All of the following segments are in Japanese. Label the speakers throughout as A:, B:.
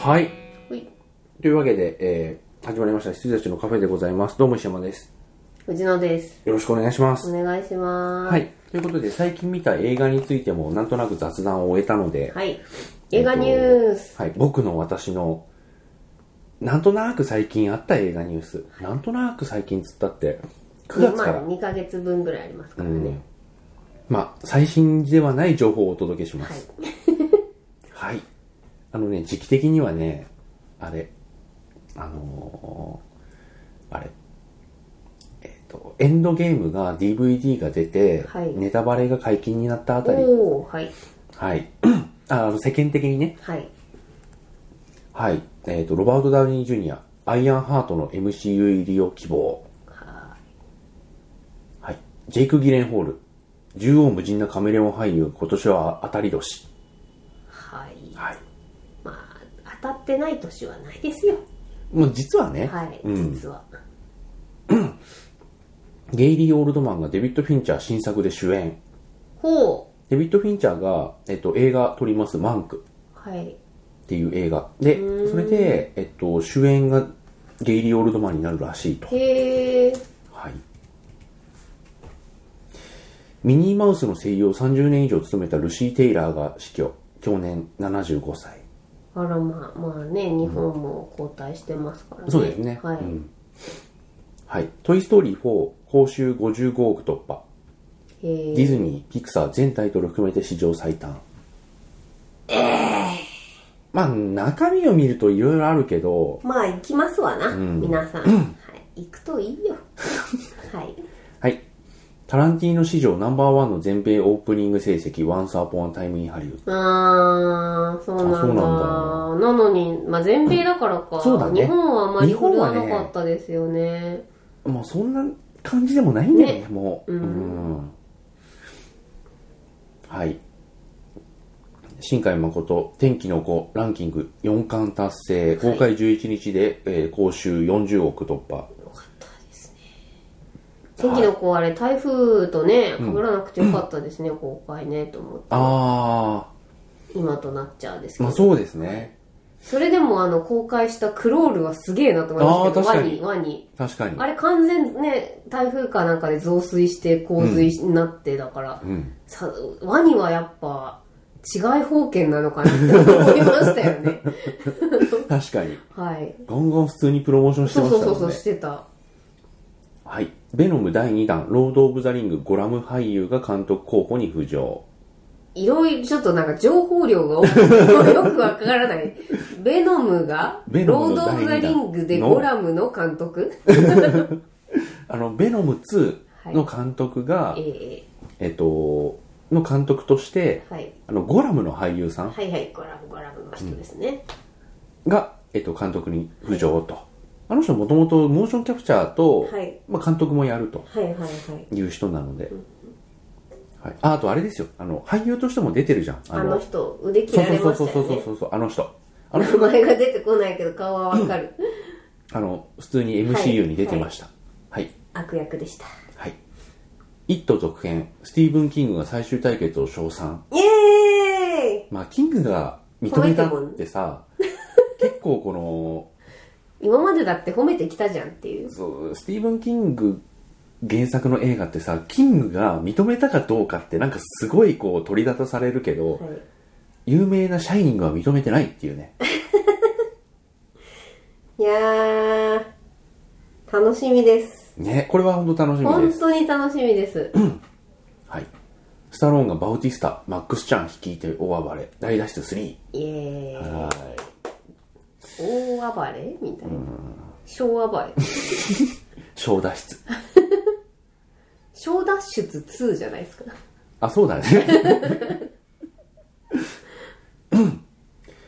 A: はい。
B: ほい
A: というわけで、えー、始まりました。羊たちのカフェでございます。どうも石山です。
B: 藤野です。
A: よろしくお願いしま
B: お
A: す。
B: 願いします。
A: はい。ということで、最近見た映画についても、なんとなく雑談を終えたので、
B: はい。映画ニュース。
A: はい、僕の私の、なんとなく最近あった映画ニュース。なんとなく最近つったって、9月から
B: まあ、、2ヶ月分ぐらいありますからね。
A: まあ、最新ではない情報をお届けします。はい。あのね、時期的にはね、あれ、あのーあれ、えっ、と、エンドゲームが DVD が出て、
B: はい
A: ネタバレが解禁になったあたり、
B: おー、はい。
A: はい。 あの世間的にね、
B: はい。
A: はい。えっ、と、ロバート・ダウニー・ジュニア、アイアンハートの MCU 入りを希望。はい。ジェイク・ギレンホール、縦横無尽なカメレオン俳優、今年は当たり年。
B: はい。
A: はい。
B: まあ、当たってない年はないですよ。
A: もう実はね、
B: はい。
A: うん、
B: 実は。
A: ゲイリー・オールドマンがデビッド・フィンチャー新作で主演。
B: ほ
A: デビッド・フィンチャーが、えっと、映画撮ります、マンク
B: う。はい。
A: っていう映画。で、それで、えっと、主演がゲイリー・オールドマンになるらしいと。
B: へー。
A: はい。ミニーマウスの声優を30年以上務めたルシー・テイラーが死去。去年75歳。
B: あらまあ、まあね、日本も交代してますからね。
A: そうですね。
B: はい。
A: うんはい。トイ・ストーリー4、報酬55億突破。
B: へー
A: ディズニー、ピクサー全タイトル含めて史上最短。まあ、中身を見るといろいろあるけど、
B: まあ、行きますわな、皆さん。はい。行くといいよ。はい。
A: はい。タランティーノ史上ナンバーワンの全米オープニング成績、Once Upon a Time in Hollywood。
B: あーそうなんだ
A: あそうなんだ
B: なのに、まあ、全米だからか、
A: そうだね
B: 日本はあまり
A: 日
B: 振る
A: 本
B: わ
A: はね
B: なかったですよね
A: もうそんな感じでもないんだよね、
B: ね
A: もう。うんはい。新海誠、天気の子、ランキング4冠達成、公開11日で、えー、報酬40億突破。
B: 天気の子あれ台風とね被らなくてよかった ですね、公開ねと思って
A: あ
B: 今となっちゃうで
A: ー、
B: すけど、
A: まあそうですね。
B: それでもあの公開したクロールはすげえなと思いましたけど
A: あー
B: ワ
A: 確か
B: ニ
A: に
B: ワニ
A: 確かに。
B: あれ完全ね台風かなんかで増水して洪水になってだから、
A: うん。
B: さワニはやっぱ違い方権なのかなって思いました よね
A: 確かに。
B: はい
A: ガンガン普通にプロモーションして
B: そ
A: ま
B: う
A: した
B: そ
A: も
B: う
A: ね。
B: んそうそうしてた
A: はい。ベノム第2弾、ロード・オブ・ザ・リング、ゴラム俳優が監督候補に浮上。
B: いろいろちょっとなんか情報量が多くて よくわからない。ベノムが
A: ベノムの
B: ロード・オブ・ザ・
A: 第二
B: リ
A: 弾
B: ングで
A: の
B: ゴラムの監督
A: あの、ベノム2の監督が、
B: え
A: えっと、の監督として
B: え、はい。
A: あの、ゴラムの俳優さん
B: はいはい、ゴラム、ゴラムの人ですね。
A: が、えっと、監督に浮上と。あの人もともとモーションキャプチャーと、
B: はい
A: まあ、監督もやると
B: はいはいはい。
A: いう人なので。はい。あ、あとあれですよ。あの、俳優としても出てるじゃん。
B: あの人、腕切
A: そう
B: ら
A: そう
B: れ
A: そ
B: ま
A: うそ
B: し
A: う
B: たよ
A: そう
B: ね。
A: そうそう、あの人。あの
B: 名
A: 人が、
B: 前が出てこないけど顔はわ かる。
A: あの、普通に MCU に出てました。はい。
B: 悪役でした。
A: はい。イット続編、スティーブン・キングが最終対決を称賛。
B: イエーイ
A: まあ、キングが認めたってさ、結構この、
B: 今までだって褒めてきたじゃんっていう。
A: そうスティーブン・キング原作の映画ってさキングが認めたかどうかってなんかすごいこう取り立たされるけど、
B: はい。
A: 有名な「シャイニング」は認めてないっていうね
B: いやー、楽しみです。
A: ねこれは本当楽しみ
B: 本
A: です、
B: 当に楽しみです。
A: はい、スタローンがバウティスタマックス・チャン率いて大暴れ大脱出3
B: イエーイ。
A: は
B: 大暴れみたいな。小暴れ。
A: い小脱出
B: 小脱出2じゃないですか。
A: あそうだね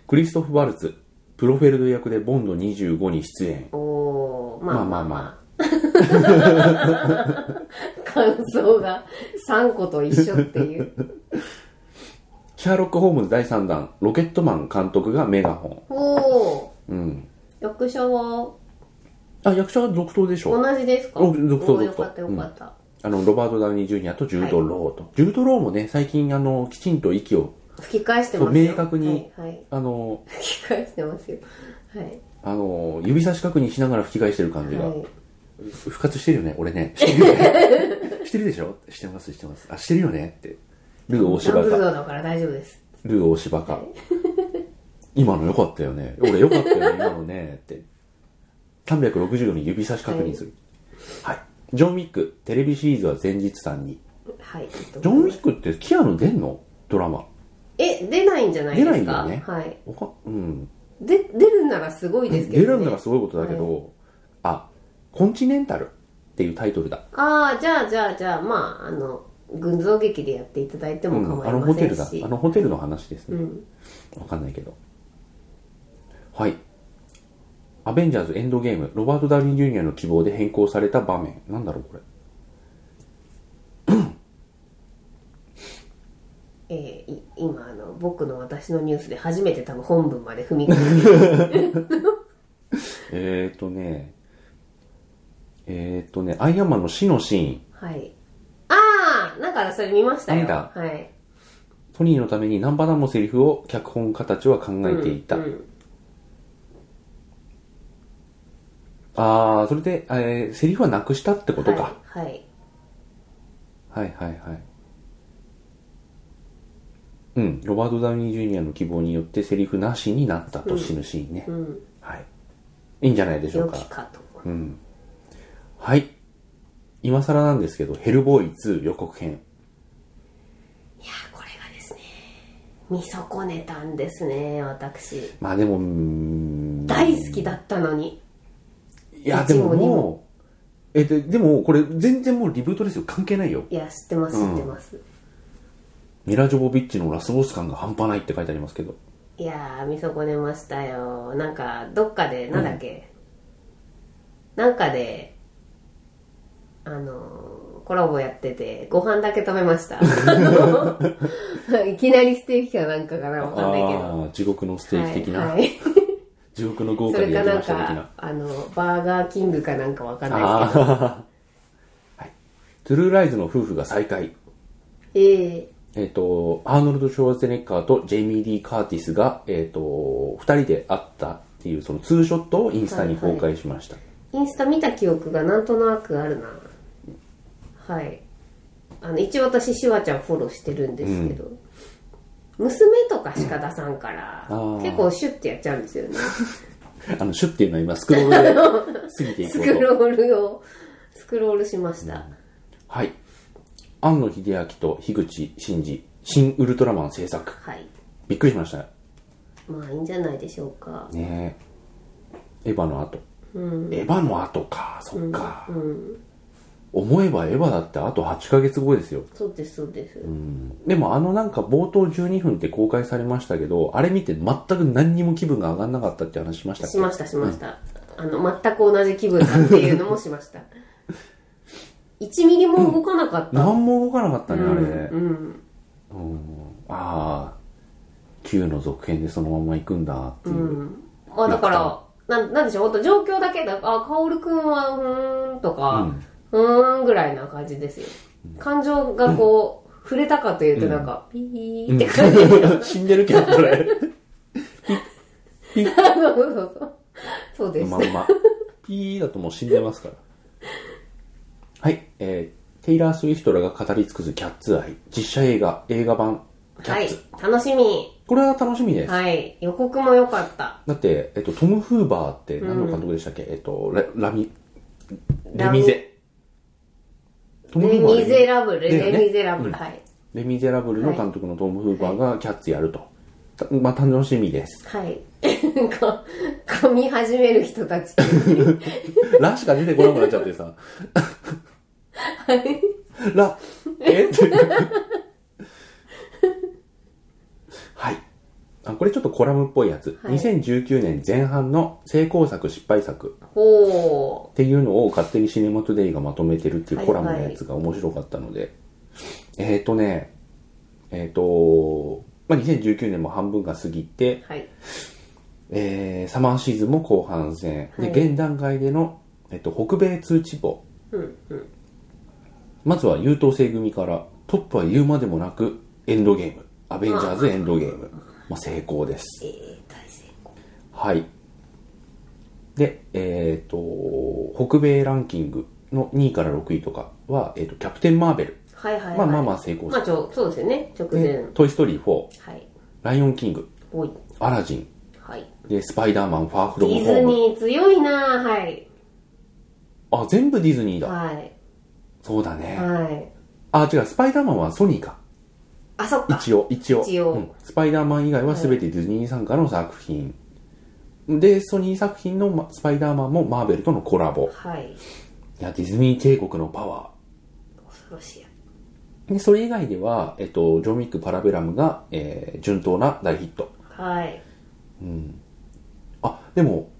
A: クリストフ・バルツプロフェルド役でボンド25に出演
B: おー、ま
A: ま
B: あ
A: あ
B: ま
A: ま
B: あ
A: あ
B: ま
A: ま
B: あ。感想が3個と一緒っていう。
A: シャーロック・ホームズ第3弾ロケットマン監督がメガホン
B: おー、
A: うん。
B: 役者は
A: あ、役者が続投でしょ
B: 同じですか
A: お続投
B: おーよ
A: 続投
B: かったよかった。
A: あの、ロバート・ダウニー・ジュニアとジュード・ローと。ジュード・ローもね、最近、あの、きちんと息を
B: 吹き返してます
A: そう明確に。
B: はい、はい。
A: あの、
B: 吹き返してますよ。はい。
A: あの、指差し確認しながら吹き返してる感じが。
B: はい
A: 復活してるよね俺 ね。してるよねしてるでしょしてます、してます。あ、してるよねって。ルー大
B: ダン
A: 芝
B: ブル
A: か。
B: ドアだから大丈夫です。
A: ルー大芝 か。今の良かったよね。俺良かったよね、今のね。って。360度に指差し確認する。はい。ジョン・ウィック、テレビシリーズは前日さんに。
B: はい。
A: ジョン・ウィックってキアヌ出んのドラマ。
B: え、出ないんじゃないですか
A: 出ないよね
B: はい。
A: わかうん。
B: で、出るならすごいですけど、
A: 出
B: ね。
A: るんだらすごいことだけど、あ、コンチネンタルっていうタイトルだ。
B: ああ、じゃあじゃあじゃあ、まあ、あの、群像劇でやっていただいて
A: う
B: も
A: ん、
B: 構
A: あ
B: い
A: の
B: ま
A: ホ
B: せ
A: テ
B: ん
A: ルだ。
B: し。
A: あのホテルの話ですね
B: う。ん。
A: わかんないけど。はい。アベンジャーズエンドゲーム、ロバート・ダウニー・ジュニアの希望で変更された場面。なんだろう、これ。
B: えーい今、あの、僕の私のニュースで初めて多分本文まで踏み込んで、
A: えーとね、えーとね、アイアンマンの死のシーン。
B: はい。ああ、なんかそれ見ましたよ。
A: 見た
B: はい。
A: トニーのために何パターンもセリフを脚本家たちは考えていた。
B: うんうん
A: あー、それで、えーセリフはなくしたってことか。
B: はい。はい。
A: はい、はい、はいうん、ロバート・ダウニー・ジュニアの希望によってセリフなしになったと死ぬシーンね。
B: うん。
A: はい。いいんじゃないでしょ
B: 良
A: うか
B: き。かと。
A: うん。はい。今更なんですけど、ヘルボーイ2予告編。
B: いやーこれがですね、見損ねたんですね、私。
A: まあでも、うーん
B: 大好きだったのに。
A: いや、でも
B: 一も二
A: もう、え、ででも、これ全然もうリブートですよ。関係ないよ。
B: いや、知ってます、知ってます。
A: ミラ・ジョボビッチのラスボス感が半端ないって書いてありますけど。
B: いやー見損ねましたよなんかどっかでなんだっけ、なんかであのーコラボやっててご飯だけ食べましたあのいきなりステーキかなんかかなわかんないけど
A: あー地獄のステーキ的な、
B: はいはい、
A: 地獄の豪
B: そ
A: 華で
B: れ
A: やり
B: かな
A: ま
B: ん
A: した的な。
B: かあのバーガーキングかなんかわかんないですけど
A: ああ。はい。トゥルーライズの夫婦が再会。
B: ええ
A: えっ、と、アーノルド・ショワーツェネッカーとジェイミー・リー・カーティスが、えっ、と、二人で会ったっていう、そのツーショットをインスタに公開しました。
B: インスタ見た記憶がなんとなくあるなはいあの一応私シュワちゃんフォローしてるんですけど、娘とかしか出さんから
A: ー
B: 結構シュッてやっちゃうんですよね
A: あの、シュッっていうのは今、スクロールで過ぎてい
B: ス
A: こ
B: ク
A: うと。
B: ロールをスクロールしました、
A: はい。庵野秀明と樋口真嗣、新ウルトラマン制作。
B: はい
A: びっくりしました。
B: まあいいんじゃないでしょうか
A: ねえ。エヴァの後。エヴァの後か、そっか。思えばエヴァだってあと8ヶ月後ですよ。
B: そうですそうです、
A: でもあのなんか冒頭12分って公開されましたけど、あれ見て全く何にも気分が上がんなかったって話しましたっ
B: し
A: け
B: ましたしました、あの全く同じ気分だっていうのもしました 1ミリも動かなかった
A: 何も動かなかったね、あれ。
B: うん
A: ああ、Q の続編でそのまま行くんだっていう。
B: あだからなんなんでしょうほんと状況だけだあ薫くんはうーんとか、うーんぐらいな感じですよ感情がこう、触れたかというとなんか、ピーって感 じ、
A: 死んでるけど、それ。
B: そうそうそう そうです、
A: まんま。ピーだともう死んでますから。はい、えー、テイラー・スウィフトらが語り尽くすキャッツ愛。実写映画、映画版、キャ
B: は
A: ッ
B: い
A: ツ。
B: 楽しみ
A: これは楽しみです。
B: はい予告も良かった
A: だって、えっと、トム・フーバーって何の監督でしたっけ、えっと、レラミ、レミゼ。トム・フ
B: レ・
A: ーバー
B: ミゼラブル
A: だよね
B: レ・ミゼラブル、
A: うん
B: はい
A: レミゼラブルの監督のトム・フーバーがキャッツやると。たまあ、楽しみです。
B: はい か噛み始める人たち
A: ラしか出てこなくなっちゃってさ。
B: はい
A: ラ、えって。はい。あ、これちょっとコラムっぽいやつ。
B: はい
A: 2019年前半の成功作、失敗作
B: ほ
A: っていうのを勝手にシネマトゥデイがまとめてるっていうコラムのやつが面白かったので、えっ、ー、とね、えっ、と、まあ、2019年も半分が過ぎて、
B: うはい
A: えーサマーシーズンも後半戦、
B: はい
A: で、現段階での、えっと北米通知簿、
B: うんうん
A: まずは優等生組から、トップは言うまでもなく、エンドゲーム。アベンジャーズエンドゲーム。まあ、成功です。
B: えー、大成功。
A: はい。で、えっ、と、北米ランキングの2位から6位とかは、えっ、と、キャプテン・マーベル。
B: はいはい、はい。
A: まあまあまあ成功
B: まあちょ、そうですよね。直前。
A: で、トイ・ストーリー4、
B: はい。
A: ライオン・キング、
B: おい。
A: アラジン、
B: はい。
A: で、スパイダーマン、ファーフ
B: デ
A: ロム
B: ィ
A: ホ
B: ズ
A: ーム。
B: ニー強いなぁはい。
A: あ、全部ディズニーだ。
B: はい。
A: そうだね。
B: はい。
A: あ、違う、スパイダーマンはソニーか。
B: あ、そっか。
A: 一応、一応。
B: 一応
A: うんスパイダーマン以外は全てディズニー傘下の作品。で、ソニー作品のまスパイダーマンもマーベルとのコラボ。
B: はい。
A: いや、ディズニー帝国のパワ
B: 恐ろしい。
A: ー。で、それ以外では、えっと、ジョン・ウィック・パラベラムが、えー、順当な大ヒット。
B: はい。
A: あ、でも、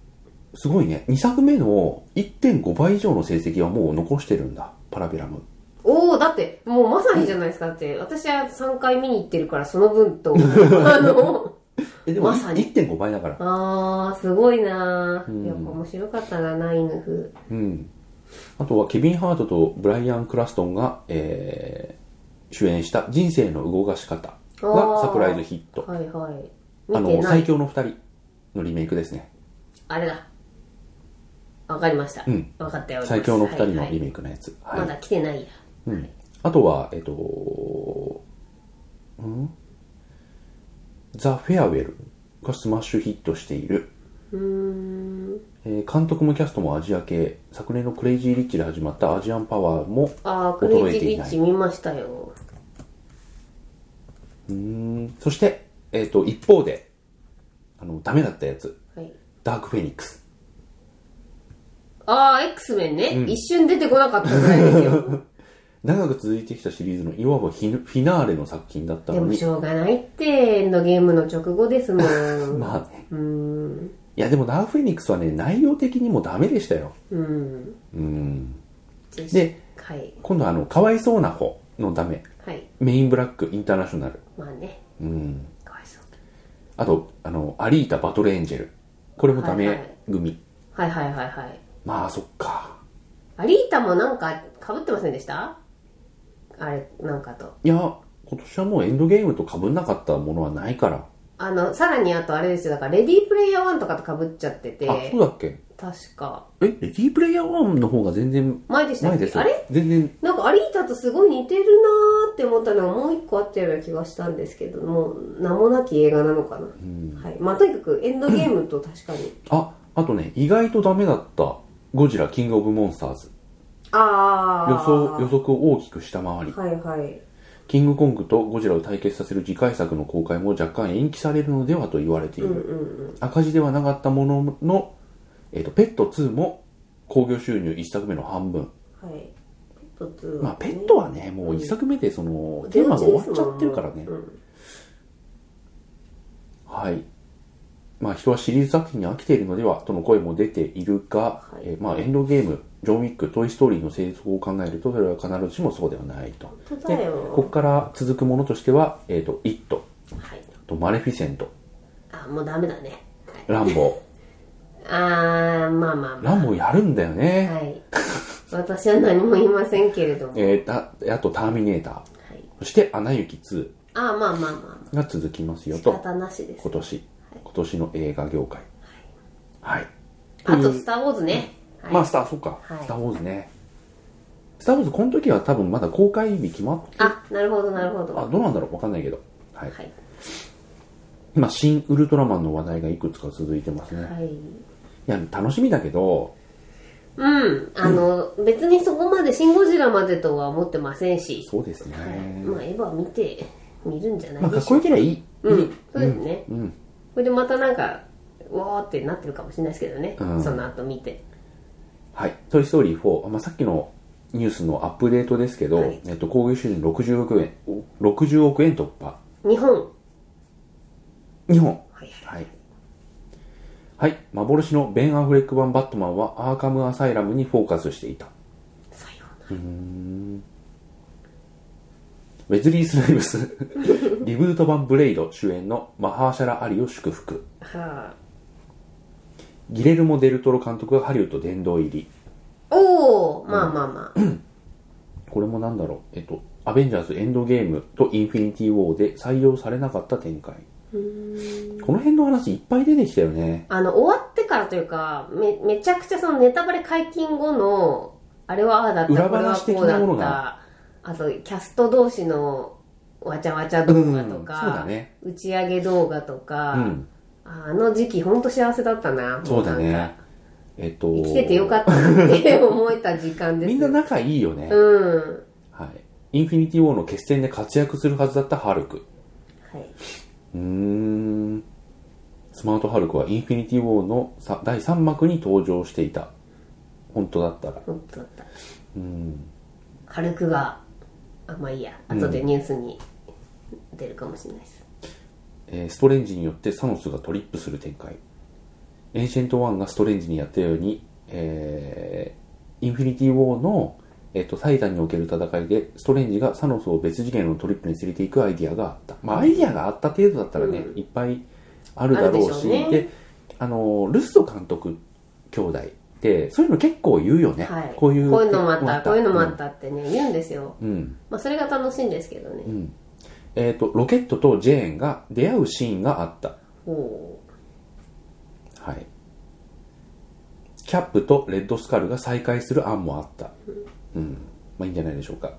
A: すごいね。2作目の1.5倍以上の成績はもう残してるんだ。パラベラム。
B: おおだって、もうまさにじゃないですか。だって、私は3回見に行ってるから、その 分と。あの、
A: え、でも、
B: まさに
A: 1.5倍だから。
B: あー、すごいなぁ。やっぱ面白かったな、ナイヌフ。
A: うん。あとはケビン・ハートとブライアン・クラストンが、えー主演した「人生の動かし方」
B: あ
A: が
B: ー
A: サプライズヒット。
B: はいはい。
A: あ
B: 見て
A: の、
B: な
A: 最
B: い。
A: 強の二人のリメイクですね。
B: あれだ。わかりました。
A: うん
B: わかったよ。
A: 最強の二人の
B: はい
A: リ
B: はい
A: メイクのやつ。はい。
B: まだ来てないや。はい
A: あとは、えっと、んザ・フェアウェルがスマッシュヒットしている。
B: うーん。
A: えー監督もキャストもアジア系。昨年のクレイジー・リッチで始まったアジアンパワーも
B: あー、ク
A: 衰
B: レ
A: え
B: イジ
A: てい
B: ービ
A: な
B: ッ
A: い
B: チ。見ましたよ。
A: うんそして、えっ、と、一方で、あの、ダメだったやつ、
B: はい。
A: ダークフェニックス。
B: あー、X メンね、一瞬出てこなかったぐらいです よ。
A: 長く続いてきたシリーズのいわばフィフィナーレの作品だった
B: で
A: の
B: も
A: に
B: し、ょうがないって、エンドゲームの直後です もん。
A: まあね。
B: うーん。
A: いや、でもダークフェニックスはね、内容的にもダメでしたよ。
B: うん。
A: うん。
B: ジェシ
A: で
B: カはい。
A: 今度はあの、かわいそうな方のダメ。
B: はい。
A: メインブラックインターナショナル。
B: まあね。
A: うん。
B: かわいそう。
A: あと、あの、アリータ・バトルエンジェル。これもダメ組。
B: はいはいはいはい。
A: まあ、そっか。
B: アリータもなんか被ってませんでしたあれ、なんかと。
A: いや、今年はもうエンドゲームと被んなかったものはないから。
B: あの、さらにあとあれですよ、だから、レディープレイヤー1とかと被っちゃってて、
A: あ、そうだっけ
B: 確か。
A: え、レディープレイヤー1の方が全然
B: 前でした
A: 前
B: っ
A: で
B: け
A: す
B: あ
A: よ
B: れ。
A: 全然、
B: なんかアリータとすごい似てるなーって思ったのがもう一個あったような気がしたんですけども、名もなき映画なのかな。はい。まあ、とにかくエンドゲームと確かに。
A: あ、あとね、意外とダメだった、ゴジラ、キングオブモンスターズ。
B: あー。
A: 予想、予測を大きく下回り、
B: はいはい。
A: キングコングとゴジラを対決させる次回作の公開も若干延期されるのではと言われている。赤字ではなかったものの、えっ、と、ペット2も興行収入1作目の半分。
B: はい。ペット2、
A: まあ、ペットはね、もう1作目でその、テーマが終わっちゃってるからね。
B: うん
A: はい。まあ人はシリーズ作品に飽きているのではとの声も出ているが、
B: はい
A: えーまあエンドゲーム、ジョン・ウィック、トイ・ストーリーの成功を考えると、それは必ずしもそうではないと。
B: 本当
A: で、
B: だよ
A: ここから続くものとしては、えっ、と、イット、
B: はい。
A: とマレフィセント、
B: あ、もうダメだね。はい
A: ラン ボ
B: あー、まあまあ
A: ー。
B: ま
A: ランボーやるんだよ
B: あ。
A: ね。
B: はい。私は何も言いませんけれども。はい。
A: えーた、あとターミネーター、そしてアナ雪2
B: あー、まあまあまあまあ。
A: が続きますよ
B: 仕
A: と、
B: 方なしです
A: 今。年、今年の映画業界。はい。
B: あと、スター・ウォーズね。はい。
A: まあ、スター、そっか、
B: はい
A: スター・ウォーズね。スター・ウォーズ、この時は多分まだ公開日決まっ
B: あ、なるほど、なるほど。
A: あ、
B: は
A: どうなんだろうわかんないけど。はい。
B: い。
A: 今、新ウルトラマンの話題がいくつか続いてますね。
B: はい。
A: いや、楽しみだけど、
B: うん。あの、別にそこまで、シン・ゴジラまでとは思ってませんし。
A: そうですね。
B: まあ、エヴァ見て、見るんじゃな
A: まあ、
B: い
A: か
B: で
A: っ
B: し
A: こ
B: ょ
A: よければいい。
B: ううん。そうですね。
A: うん。
B: これでまたなんか、うわーってなってるかもしれないですけどね。
A: うん
B: その後見て。
A: はい。トイ・ストーリー4。まあ、さっきのニュースのアップデートですけど、
B: はい
A: えっと、興行収入60億円、60億円突破。
B: 日本。は
A: 日本。
B: いはい。
A: はい。はい。幻のベン・アフレック版バットマンはアーカム・アサイラムにフォーカスしていた。
B: さようなら。
A: ウェズリー・スナイブ ス、リブート版ブレイド主演のマハーシャラ・アリを祝福。
B: はあ、
A: ギレルモ・デルトロ監督がハリウッド殿堂入り。
B: おおまあまあまあ、
A: これもなんだろう、えっと、アベンジャーズエンドゲームとインフィニティウォーで採用されなかった展開。この辺の話いっぱい出てきたよね。
B: あの、終わってからというか、め、めちゃくちゃそのネタバレ解禁後の、あれはああだった、
A: 裏
B: これは
A: 話的
B: こうだ
A: なもの
B: っ
A: が
B: た、あと、キャスト同士のわちゃわちゃ動画と
A: うんそうだ
B: か、
A: ね
B: 打ち上げ動画とか、
A: うん。
B: あの時期ほんと幸せだったな。
A: そうだ
B: なん
A: ね
B: か。
A: えっと。
B: 生きててよかったなって思えた時間です。
A: みんな仲いいよね。
B: うん。
A: はい。インフィニティウォーの決戦で活躍するはずだったハルク。
B: はい。
A: うーん。スマートハルクはインフィニティウォーのさ第3幕に登場していた。本当だったら。
B: 本当だった。
A: うん。
B: 軽くが、あ、まあいいや。後でニュースに出るかもしれないです。
A: えーストレンジによってサノスがトリップする展開エンシェントワンがストレンジにやったように、えーインフィニティ・ウォーの、えっとタイタンにおける戦いでストレンジがサノスを別次元のトリップに連れていくアイディアがあったまあアイディアがあった程度だったらね、いっぱいあるだろうし
B: あるでしょうね
A: であのルッソ監督兄弟ってそういうの結構言うよね、
B: はい。
A: こういう
B: のもあった、こういうのもあったってね、言うんですよ。
A: うんうん
B: まあそれが楽しいんですけどね。
A: えっとロケットとジェーンが出会うシーンがあった
B: ほ
A: はい。キャップとレッドスカルが再会する案もあった。うん。まあいいんじゃないでしょうか。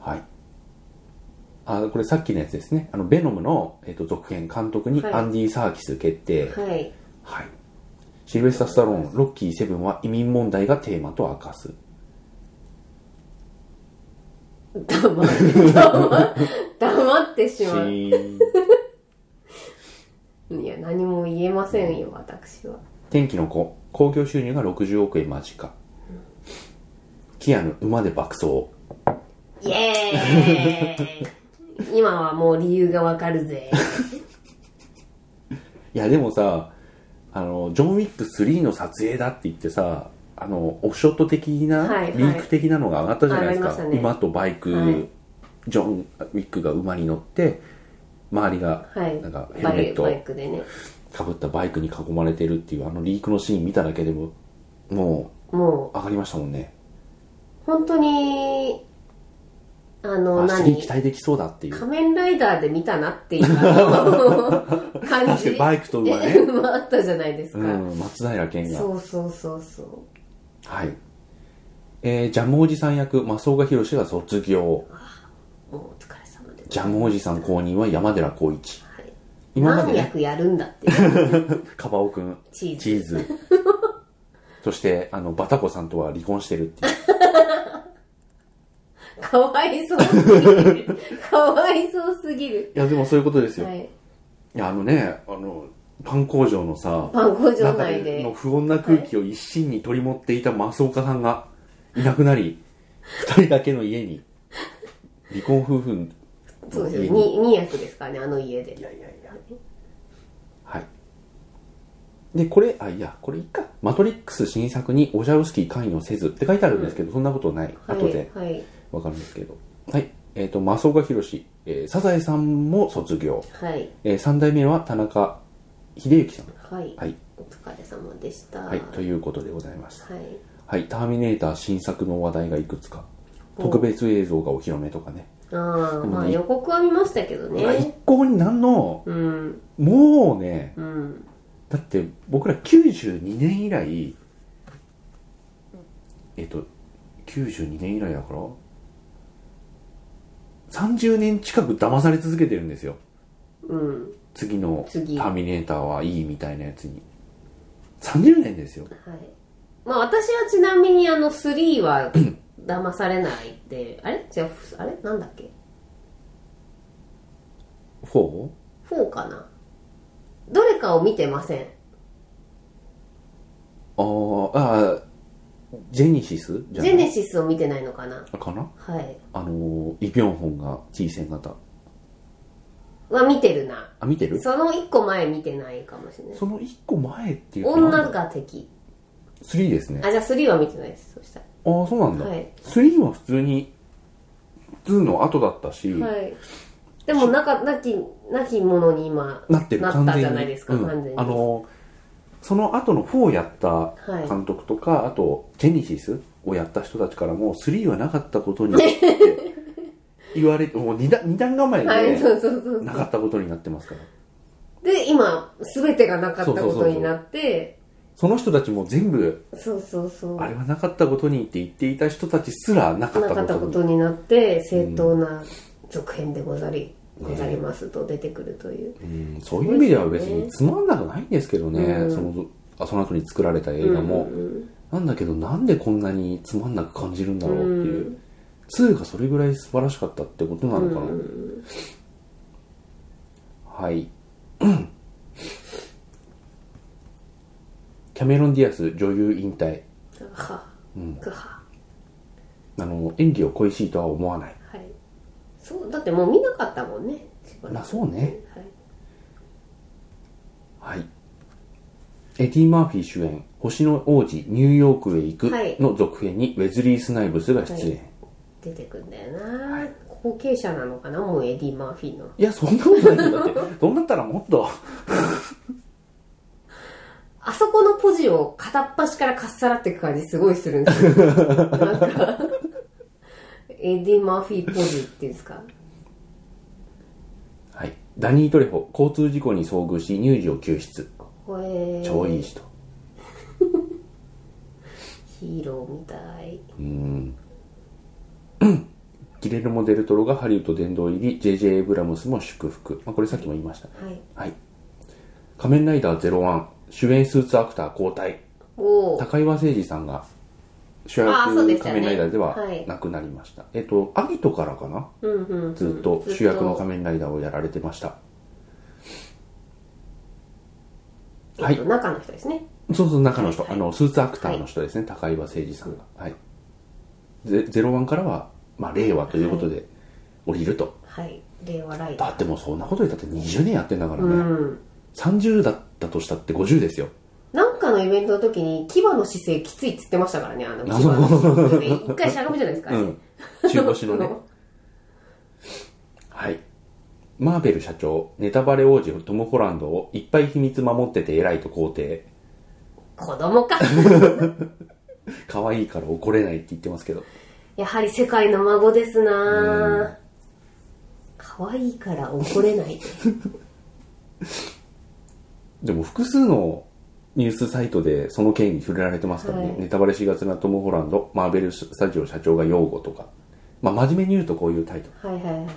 A: はい。あ、これさっきのやつですね。あの、ベノムの、えっと続編監督に
B: はい
A: アンディ・サーキス決定。
B: う。はい。
A: はい。シルベスタ・スタローン、ロッキーセブンは移民問題がテーマと明かす。
B: 黙って、黙黙ってし
A: シ
B: まう。
A: ーン
B: いや、何も言えませんよ、私は。
A: 天気の子、興行収入が60億円間近。キアヌ、馬で爆走。
B: イエーイ今はもう理由がわかるぜ。
A: いやでもさあのジョン・ウィック3の撮影だって言ってさあのオフショット的な、
B: はいはい
A: リーク的なのが上がったじゃないです
B: 上
A: か、
B: がりましたね
A: 馬とバイク、
B: はい
A: ジョン・ウィックが馬に乗って周りが
B: はい。
A: なんかヘル
B: バ
A: メ
B: イ
A: ット
B: バイクでね。
A: かぶったバイクに囲まれてるっていうあのリークのシーン見ただけでもも
B: も
A: う上がりましたもんね
B: う、本当に、あの、
A: あ3
B: 何
A: 期待できそうだっていう
B: 仮面ライダーで見たなっていうあの感
A: 確か
B: じ
A: に バイクと馬ね
B: あったじゃないですか。
A: うん松平健が
B: そうそうそうそう。
A: はいえー、ジャムおじさん役増岡宏が卒業
B: もうお疲れ様でございます
A: ジャムおじさん公認は山寺宏一
B: はい。
A: 今まで
B: 何
A: ね、
B: 役やるんだって。
A: カバオくん、
B: チーズ
A: チーズ。 そして、あの、バタコさんとは離婚してるっていう。
B: かわいそうすぎる。かわいそうすぎる。
A: いや、でもそういうことですよ。、
B: はいい。
A: や、あのね、あの、パン工場のさ、
B: パン工場
A: 中
B: 内
A: の
B: で。
A: 不穏な空気を一身に取り持っていた増岡さんがいなくな り、二人だけの家に、離婚夫婦
B: そう
A: の
B: です
A: 家
B: よ。
A: に。
B: に二役ですからね、あの家で
A: い。やいやいや。はい。で、これ、あ、いや、これいいか。マトリックス新作にオジャウスキー関与せずって書いてあるんですけど、そんなことない。後で。
B: はい。はい。
A: わかるんですけど。はい。えっ、と、増岡宏、えーサザエさんも卒業。
B: はい。
A: えー三代目は田中秀幸さん。
B: はい。
A: はい。
B: お疲れ様でした。
A: はい。と
B: はい。
A: いうことでございます。はい。ターミネーター新作の話題がいくつか。
B: お
A: 特別映像がお披露目とかね。
B: ああ、まあ
A: ね
B: 予告は見ましたけど
A: まあ一
B: ね。
A: 向になんの、
B: うん。
A: もうね、
B: うん。
A: だって僕ら92年以来、えっ、と、92年以来だから、30年近く騙され続けてるんですよ。
B: うん。
A: 次の「タ
B: 次
A: ーミネーター」はいいみたいなやつに30年ですよ
B: はい。まあ私はちなみにあの3は 騙されないって、あれ違う、あれなんだっけ
A: 4?
B: ?4 かなどれかを見てません。
A: あーあージェニシスじゃない
B: ジェネシスを見てないのかな
A: かな
B: はい。
A: あのーイ・ビョンホンが T 線型
B: は見てるな。
A: あ見てる
B: その1個前見てないかもしれない。
A: その1個前っていうと
B: 女が敵。
A: 3ですねあ
B: あ、じゃあ3は見てないです。そした
A: あーそうなんだ、
B: ら。はい。
A: 3は普通に2の後だったし、
B: はい。でも、なか、なき、なきものに今、
A: なってる
B: なっ
A: 完
B: た
A: 全
B: じ
A: に
B: ゃないですか、
A: うん
B: 完全に。
A: あのーその後の4をやった
B: はい
A: 監督とか、あと、ジェニシスをやった人たちからも、3はなかったことに って言われて、もう二段二段構え
B: はい、
A: で、
B: そうそうそう
A: なかったことになってますから。
B: で今全てがなかったことになって
A: その人たちも全部、
B: そうそうそう
A: あれはなかったことにって言っていた人たちすらなかっ
B: なかったた
A: こ
B: こと
A: に。
B: とになって正当な続編でござり、ござりますと出てくるという
A: うん、そういう意味では別につまんなくないんですけどね、
B: うん
A: その、あその後に作られた映画も。なんだけど、なんでこんなにつまんなく感じるんだろうっていう。2がそれぐらい素晴らしかったってことなのかな、はい うんキャメロン・ディアス女優引退
B: はぐは
A: あの演技を恋しいとは思わない
B: はいそうだってもう見なかったもんねしば
A: ま
B: ら
A: あ
B: く
A: そうねは
B: はい
A: いエディ・マーフィー主演「星の王子ニューヨークへ行く
B: はい」
A: の続編にウェズリー・スナイブスが出演、
B: はい出てくんだよな、後継者なのかなもうエディ・マーフィーの
A: いやそんなことないよだってどうなったらもっと
B: あそこのポジを片っ端からかっさらっていく感じすごいするんですよなんかエディ・マーフィーポジっていうんですか
A: はいダニー・トレホ交通事故に遭遇し乳児を救出
B: これ
A: 超いい人
B: ヒーローみたい
A: ギレルモ・デルトロがハリウッド殿堂入り JJ エイブラムスも祝福、まあ、これさっきも言いましたね
B: は
A: は
B: い
A: い「仮面ライダー01」主演スーツアクター交代
B: おお
A: 高岩誠二さんが主
B: あーそうで
A: 役
B: したね
A: 仮面ライダーでは
B: はい
A: なくなりましたえっとアギトからかな
B: うんうん
A: ずっと主役の仮面ライダーをやられてましたは
B: はいい中の人ですね
A: そうそう中の人、あのスーツアクターの人ですね、高岩誠二さんがはいゼゼロワンからは、まあ、令和ということで降りると、
B: はい令和ライダ
A: だってもうそんなこと言ったって20年やってんだから
B: ー
A: ね、
B: うん
A: 30だったとしたって50ですよ
B: なんかのイベントの時に牙の姿勢きついっつってましたからねあの牙
A: あそう
B: の姿勢一回しゃがむじゃないですか、
A: うん中腰 のねはいマーベル社長ネタバレ王子トム・ホランドをいっぱい秘密守ってて偉いと肯定
B: 子供か
A: 可愛いから怒れないって言ってますけど
B: やはり世界の孫ですな可愛いから怒れない
A: でも複数のニュースサイトでその件に触れられてますからね、
B: はい
A: ネタバレしがちなトム・ホランドマーベルスタジオ社長が擁護とかまあ真面目に言うとこういうタイトル
B: はいはいはいはい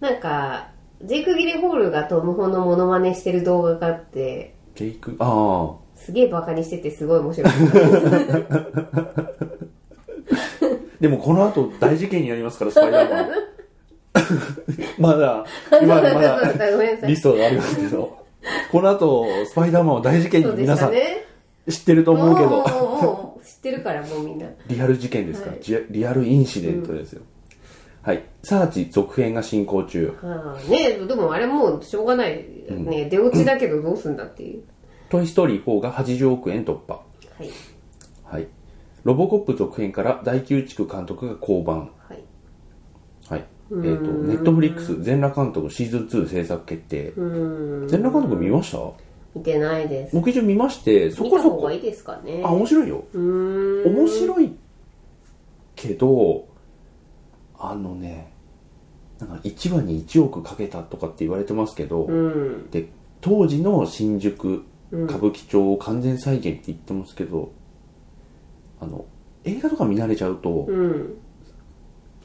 B: なんかジェイク・ギレホールがトム・ホのモノマネしてる動画があって
A: ジェイクああ
B: すげえバカにしててすごい面白かったです
A: でもこの後大事件になりますから、スパイダーマ ン。まだ、今ま
B: そうそうそうごめんな
A: だ
B: さい
A: リストがありますけど、この後、スパイダーマンは大事件に
B: そうで
A: 皆
B: し
A: さ
B: た
A: ん
B: ね
A: 知ってると思うけ
B: も
A: ど、
B: もうも う知ってるからもうみんな
A: リアル事件ですから、
B: はい
A: リアリアルインシデントですよ。はい。サーチ続編が進行中。
B: はあ、ねでもあれもうしょうがない、ね出落ちだけどどうすんだっていう、
A: トイ・ストーリー4が80億円突破。
B: はい
A: はい。ロボコップ続編から大宮地区監督が降板。
B: はい
A: はい。えっ、と、ネットフリックス全裸監督シーズン2制作決定。
B: うーん
A: 全裸監督見ました
B: 見てないです
A: 僕一応見まして、そ
B: 見
A: こ
B: た
A: そ
B: 方
A: こ
B: が。いいですかね
A: あ、面白いよ。
B: うーん
A: 面白いけど、あのね、なんか1話に1億かけたとかって言われてますけど、
B: うん
A: で、当時の新宿、歌舞伎町を完全再現って言ってますけど、あの、映画とか見慣れちゃうと、
B: うん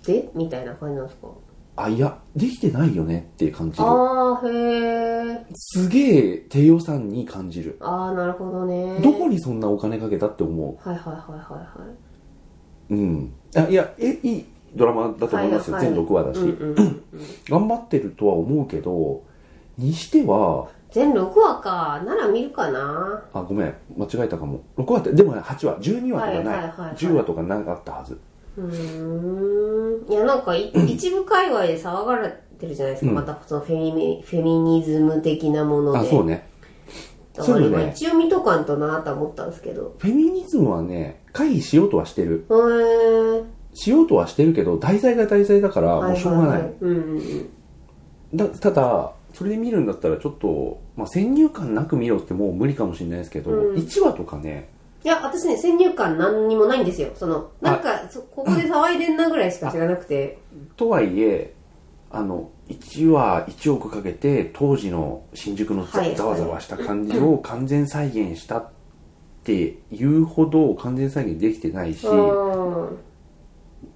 B: でみたいな感じなんですか
A: あ、いや、できてないよねって感じる。
B: ああへえ
A: すげえ低予算に感じる。
B: ああなるほどね
A: どこにそんなお金かけたって思う。
B: はいはいはいはいは
A: う
B: い
A: ん。あいやえ、いいドラマだと思いますよ。
B: はいはい
A: 全6話だし。
B: うんうん、
A: 頑張ってるとは思うけど、にしては、
B: 全6話かなら見るかな
A: あ、ごめん、間違えたかも。6話って、でもね、8話、12話とか
B: はいはい
A: な
B: はいいはい。
A: 10話とかなかったはず。
B: うーんいやなんか い一部界隈で騒がれてるじゃないですか、またそのフェミフェミニズム的なもので
A: あ、そうね。
B: だから
A: そう
B: 今
A: よね
B: 一応見とかんとなとは思ったんですけど
A: フェミニズムはね、回避しようとはしてる。
B: へー
A: しようとはしてるけど、題材が題材だから、もうしょうがない。
B: うんうんうん
A: だただ、それで見るんだったらちょっと、まあ、先入観なく見ろってもう無理かもしれないですけど、
B: うん
A: 1話とかね
B: いや、私ね、先入観何にもないんですよ。その、なんか、そここで騒いでんなぐらいしか知らなくて。
A: とはいえあの1話1億かけて当時の新宿のざ,、
B: はい
A: ざわざわした感じを完全再現したっていうほど完全再現できてないし、
B: うん。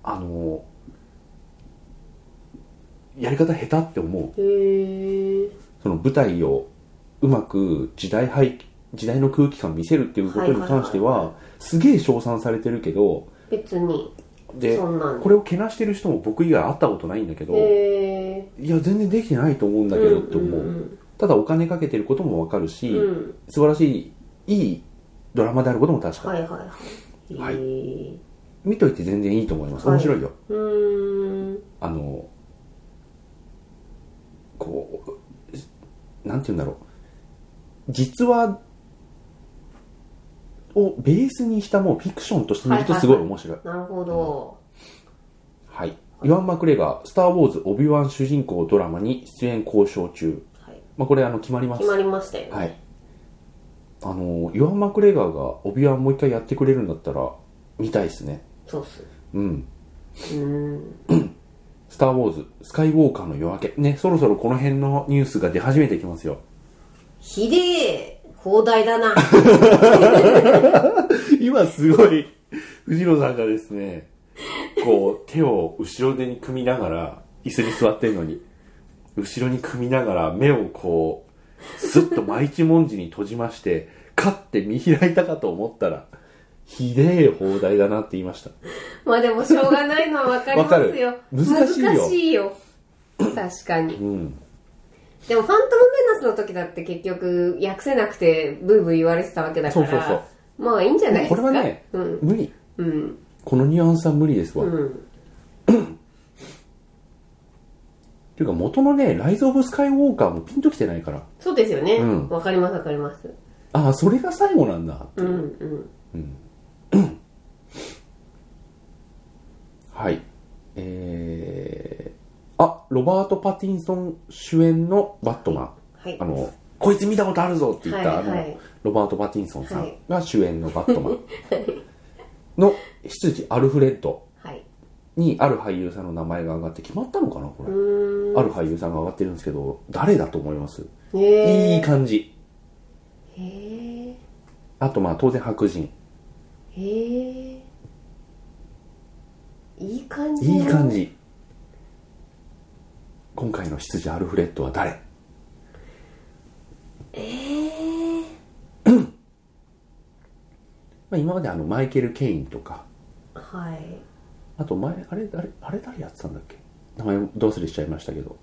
A: あのやり方下手って思う
B: へー。
A: その舞台をうまく時代背時代の空気感を見せるっていうことに関しては,、
B: はいはい
A: すげえ称賛されてるけど
B: 別に、
A: で
B: そんなん
A: これをけなしてる人も僕以外会ったことないんだけど、
B: へー。
A: いや全然できてないと思うんだけどって思う,、
B: うん
A: ただお金かけてることもわかるし、
B: うんうん。
A: 素晴らしいいいドラマであることも確か、
B: はいはいは。
A: はいい
B: へー。
A: 見といて全然いいと思います
B: はい
A: 面白いよ、
B: うーん。
A: あのこうなんて言うんだろう実話をベースにしたもうフィクションとして見るとすごい面白い
B: なるほど。
A: はい、イワン・マクレガー「スター・ウォーズ・オビワン」主人公ドラマに出演交渉中、
B: はい。
A: まあ、これあの決まります
B: 決まりましたよね。
A: はいあのイワン・マクレガーがオビワンもう一回やってくれるんだったら見たいですね
B: そうっす。
A: うん
B: うーん。
A: 「スター・ウォーズ・スカイ・ウォーカーの夜明け」ねそろそろこの辺のニュースが出始めてきますよ
B: ひでえ、広大 だな。
A: 今すご い、藤野さんがですね、こう、手を後ろ手に組みながら、椅子に座ってるのに、後ろに組みながら、目をこう、スッと毎一文字に閉じまして、カッて見開いたかと思ったら、ひでえ放題だなって言いました。
B: まあでもしょうがないのはわかりますよ
A: わ。かる難しいよ
B: 難しいよ確かに。
A: うん。
B: でも、ファントムメナスの時だって結局、訳せなくて、ブーブー言われてたわけだから。
A: そうそう
B: まあいいんじゃないです
A: こ
B: か。
A: れはね、
B: うん。
A: 無理。
B: うん。
A: このニュアンスは無理ですわ。
B: う
A: っ
B: ん。
A: ていうか元のね、ライズ・オブ・スカイ・ウォーカーもピンときてないから。
B: そうですよね。わ、
A: うん
B: かりますわかります。
A: ああ、それが最後なんだ。
B: うんうん。
A: はい。えー、あ、ロバート・パティンソン主演のバットマン。
B: はい
A: あ。の、こいつ見たことあるぞって言った、
B: はいはい
A: あの、ロバート・パティンソンさ
B: は
A: ん
B: い
A: が主演のバットマンの執事アルフレッド
B: はい。
A: にある俳優さんの名前が上がって決まったのかなこ
B: う
A: れ。
B: ーん。
A: ある俳優さんが上がってるんですけど、誰だと思いますい
B: へ
A: い
B: え。
A: 感じ。
B: へえ。
A: あとまあ当然白人。
B: へえ。いい感じ。
A: いい感。じ。今回の執事アルフレッドは誰
B: へえ。
A: まあ、今まであのマイケル・ケインとか、
B: はい。
A: あと前、あれ、あれ、あれ誰やってたんだっけ名前どうすれしちゃいましたけど。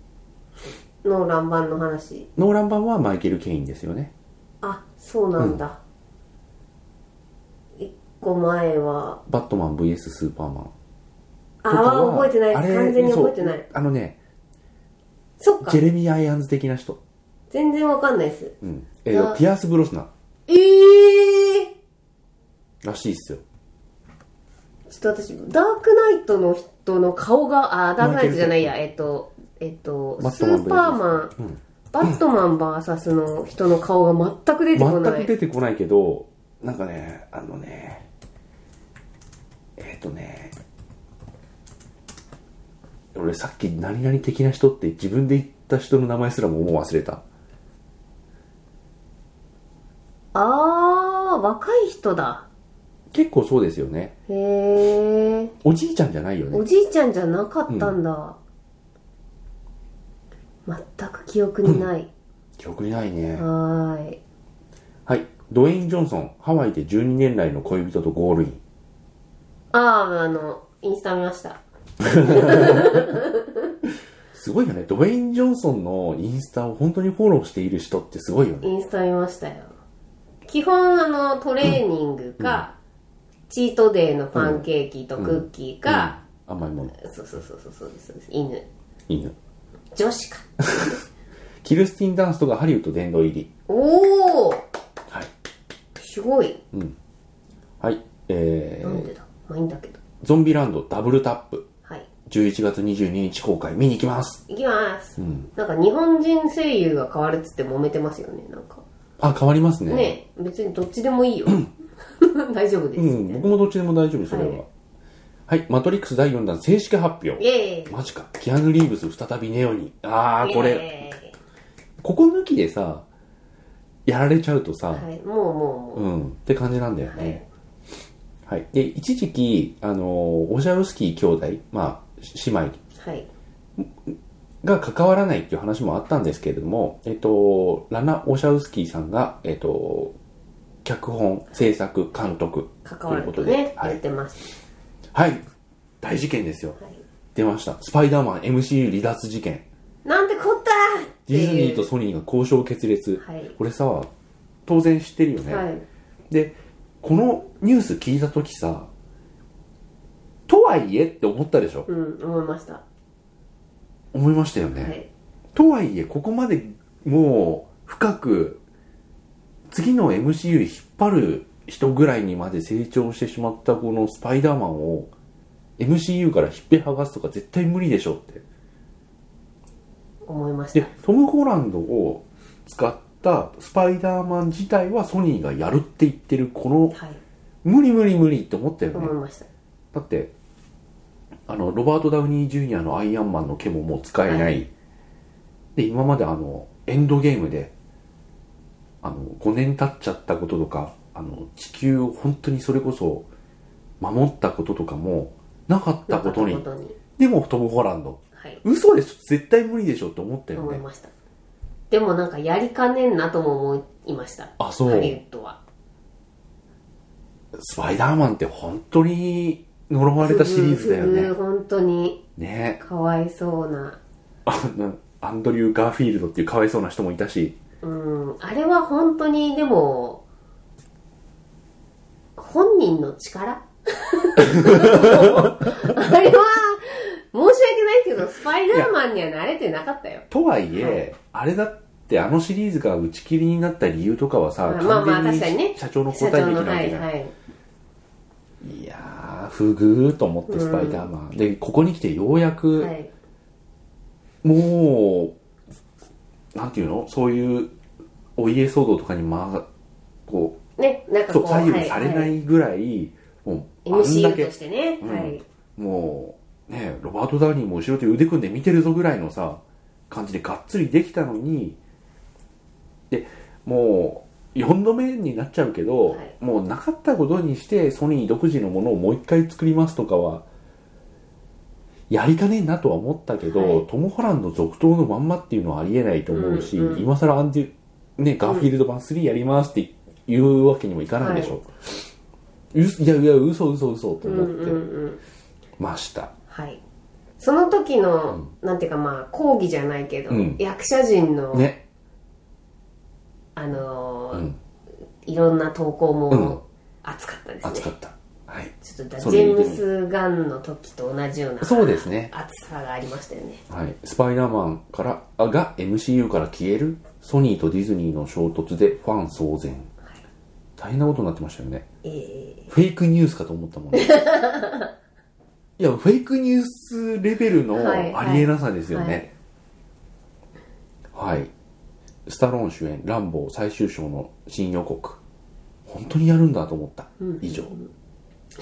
B: の乱板の話。
A: ノーラン版はマイケル・ケインですよね。
B: あ、そうなんだ。一、個前は、
A: バットマン VS スーパーマン
B: あ
A: とかは。
B: あ、覚えてない
A: あ
B: で
A: れ
B: す。完全に覚えてな
A: そう
B: い。
A: あのね、
B: そっか
A: ジ。ェレミー・アイアンズ的な人。
B: 全然わかんないです。
A: うん。えー
B: あ
A: ピアース・ブロスナ
B: ええ
A: ーらしいっすよ。
B: ー、ちょっと私、ダークナイトの人の顔が、あ、ダークナイトじゃないや、えっと、えっと、
A: バッ
B: ス
A: トマン
B: ーパーマン、
A: うん
B: バットマン VS の人の顔が全く出てこ
A: 全
B: ない。
A: く出てこないけど、なんかね、あのね、えっ、とね、俺さっき何々的な人って自分で言った人の名前すらももう忘れた。
B: あー、若い人だ。
A: 結構そうですよね。
B: へえ。
A: おじいちゃんじゃないよ
B: お
A: ね。
B: じいちゃんじゃなかったんだ。全く記憶にない。
A: 記憶にないね。
B: はーい。
A: はい。ドウェイン・ジョンソン、ハワイで12年来の恋人とゴールイン。
B: ああ、あの、インスタ見ました。
A: すごいよね。ドウェイン・ジョンソンのインスタを本当にフォローしている人ってすごいよね。
B: インスタ見ましたよ。基本、あの、トレーニングか、チートデイのパンケーキとクッキーか、
A: うん、甘いもの。
B: そうそうそうそうそうです、そうです。犬。
A: 犬。
B: 女子か。
A: キルスティン・ダンストがハリウッド殿堂入り。
B: おお
A: はい。
B: すごい。
A: はい。え
B: なんでだまあいいんだけど。
A: ー、ゾンビランドダブルタップ。
B: はい。
A: 11月22日公開見に行きます
B: いきます、
A: ん
B: なんか日本人声優が変わるっつって揉めてますよねなんか
A: あ変わりますね
B: ね別にどっちでもいいよ 大丈夫です、
A: うん僕もどっちでも大丈夫それは
B: はい
A: はい「マトリックス第4弾正式発表
B: イ」エーイ
A: マジかキアヌ・リーブス再びネオにああこ
B: イ
A: れ
B: エ
A: ここ抜きでさやられちゃうとさ、
B: ーイはいもうもうも
A: うんって感じなんだよ
B: う、はい
A: ね、はい、で一時期あのーオシャウスキー兄弟まあし姉妹
B: はい
A: が関わらないっていう話もあったんですけれども、えっと、ラナ・オシャウスキーさんが、えっと、脚本、制作、監督
B: 関わる
A: とい
B: と
A: うこと
B: ね
A: で、は
B: 言っ
A: い、
B: てます、
A: はい、大事件ですよ。
B: はい
A: 出ました。スパイダーマン MCU 離脱事件。
B: なんてこったーって
A: ディズニ
B: い
A: ー
B: う
A: とソニーが交渉決裂。
B: はい
A: これさ、当然知ってるよね。
B: はい
A: で、このニュース聞いたときさ、とはいえって思ったでしょ
B: うん思いました、
A: 思いましたよね。
B: はい
A: とはいえここまでもう深く次の MCU 引っ張る人ぐらいにまで成長してしまったこのスパイダーマンを MCU から引っぺ剥がすとか絶対無理でしょって
B: 思いまし
A: で
B: た
A: トム・ホランドを使ったスパイダーマン自体はソニーがやるって言ってるこの
B: はい
A: 無理無理無理って思ったよね
B: 思いました
A: だってあのロバート・ダウニー・ジュニアのアイアンマンの毛ももう使えない、
B: は
A: で今まであのエンドゲームであの5年経っちゃったこととかあの地球を本当にそれこそ守ったこととかもなかったことに
B: なかったことに
A: でもトム・ホランド
B: はい
A: 嘘でしょ絶対無理でしょって思ったよ
B: 思い
A: ね
B: ましたでもなんかやりかねんなとも思いました
A: あそう
B: ハリウッドは
A: スパイダーマンって本当に呪われたシリーズだよ
B: 不遇
A: ね
B: 不遇本当に
A: ね
B: かわいそうな
A: あのアンドリュー・ガーフィールドっていうかわいそうな人もいたし
B: うんあれは本当にでも本人の 力あれは申し訳ないけどスパイダーマンには慣れてなかったよ
A: とはいえ、あれだってあのシリーズが打ち切りになった理由とかはさ、
B: まあまあ
A: 完
B: 確か
A: 全
B: に
A: に
B: ね
A: 社長の答
B: 社
A: え
B: 長
A: できな
B: の
A: いわ
B: は
A: けじ
B: い
A: ゃん、
B: はい
A: い、やー不遇と思ってスパイダーマン、でここに来てようやく、
B: はい
A: もうなんていうのそういうお家騒動とかにまあこ
B: ねなん
A: う
B: かこ
A: そうう左右され
B: は
A: ない
B: はい
A: いぐらい、もうあんだ
B: MCU
A: け
B: としてね、
A: うん
B: はい
A: もうねロバート・ダウニーも後ろで腕組んで見てるぞぐらいのさ感じでがっつりできたのにでもう4度目になっちゃうけど、
B: はい
A: もうなかったことにしてソニー独自のものをもう一回作りますとかはやりかねえなとは思ったけど、
B: はい
A: トム・ホランド続投のまんまっていうのはありえないと思うし、
B: うんうん
A: 今更アンデュ、ね、ガーフィールド版3やりますって言うわけにもいかないでしょ、ういやいや嘘嘘嘘と
B: うん
A: 思っ
B: う
A: て
B: んうん
A: ました、
B: はい。その時の、なんていうかまあ、講義じゃないけど、
A: うん
B: 役者陣の、
A: ね、
B: あのー
A: うん
B: いろんな投稿
A: うん
B: も熱かったですね。
A: 暑かった。はい。
B: ちょっとだジ
A: それ見
B: ェー
A: てみ
B: ムス・ガンの時と同じような
A: そうですね。
B: 熱さがありましたよね。
A: はい。スパイダーマンから、あが MCU から消える、ソニーとディズニーの衝突でファン騒然。大変なことになってましたよね。
B: え
A: フェイクニュースかと思ったも んね。いや、フェイクニュースレベルの
B: はい
A: ありえなさですよね。はい。スタローン主演、ランボー最終章の新予告。本当にやるんだと思った。以上。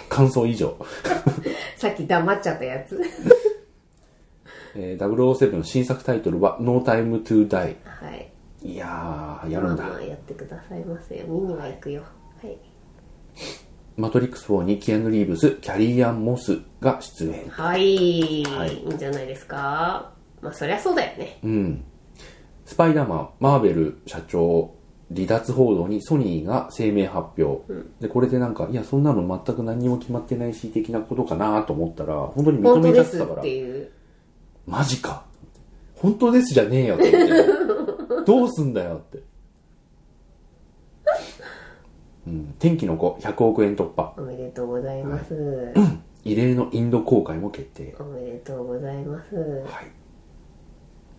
A: 感想以上。
B: ーさっき黙っちゃったやつ。
A: えー、007の新作タイトルは「No Time to Die
B: はい。」
A: いやーやるんだ
B: まあまあやってくださいませよ。見には行くよ。はい。
A: 「マトリックス4」にキアヌ・リーブスキャリー・アン・モスが出演
B: はい。
A: はい
B: い、いんじゃないですか。まあ、そりゃそうだよね。
A: うんスパイダーマンマーベル社長離脱報道にソニーが声明発表、でこれでなんかいやそんなの全く何も決まってないし的なことかなと思ったら本当に認
B: 本当
A: めちゃ
B: で
A: って
B: す
A: たから
B: っていう。
A: マジか本当ですじゃねえよって思ってどうすんだよって、うん、天気の子100億円突破
B: おめでとうございます。
A: 異例のインド公開も決定
B: おめでとうございます。
A: はい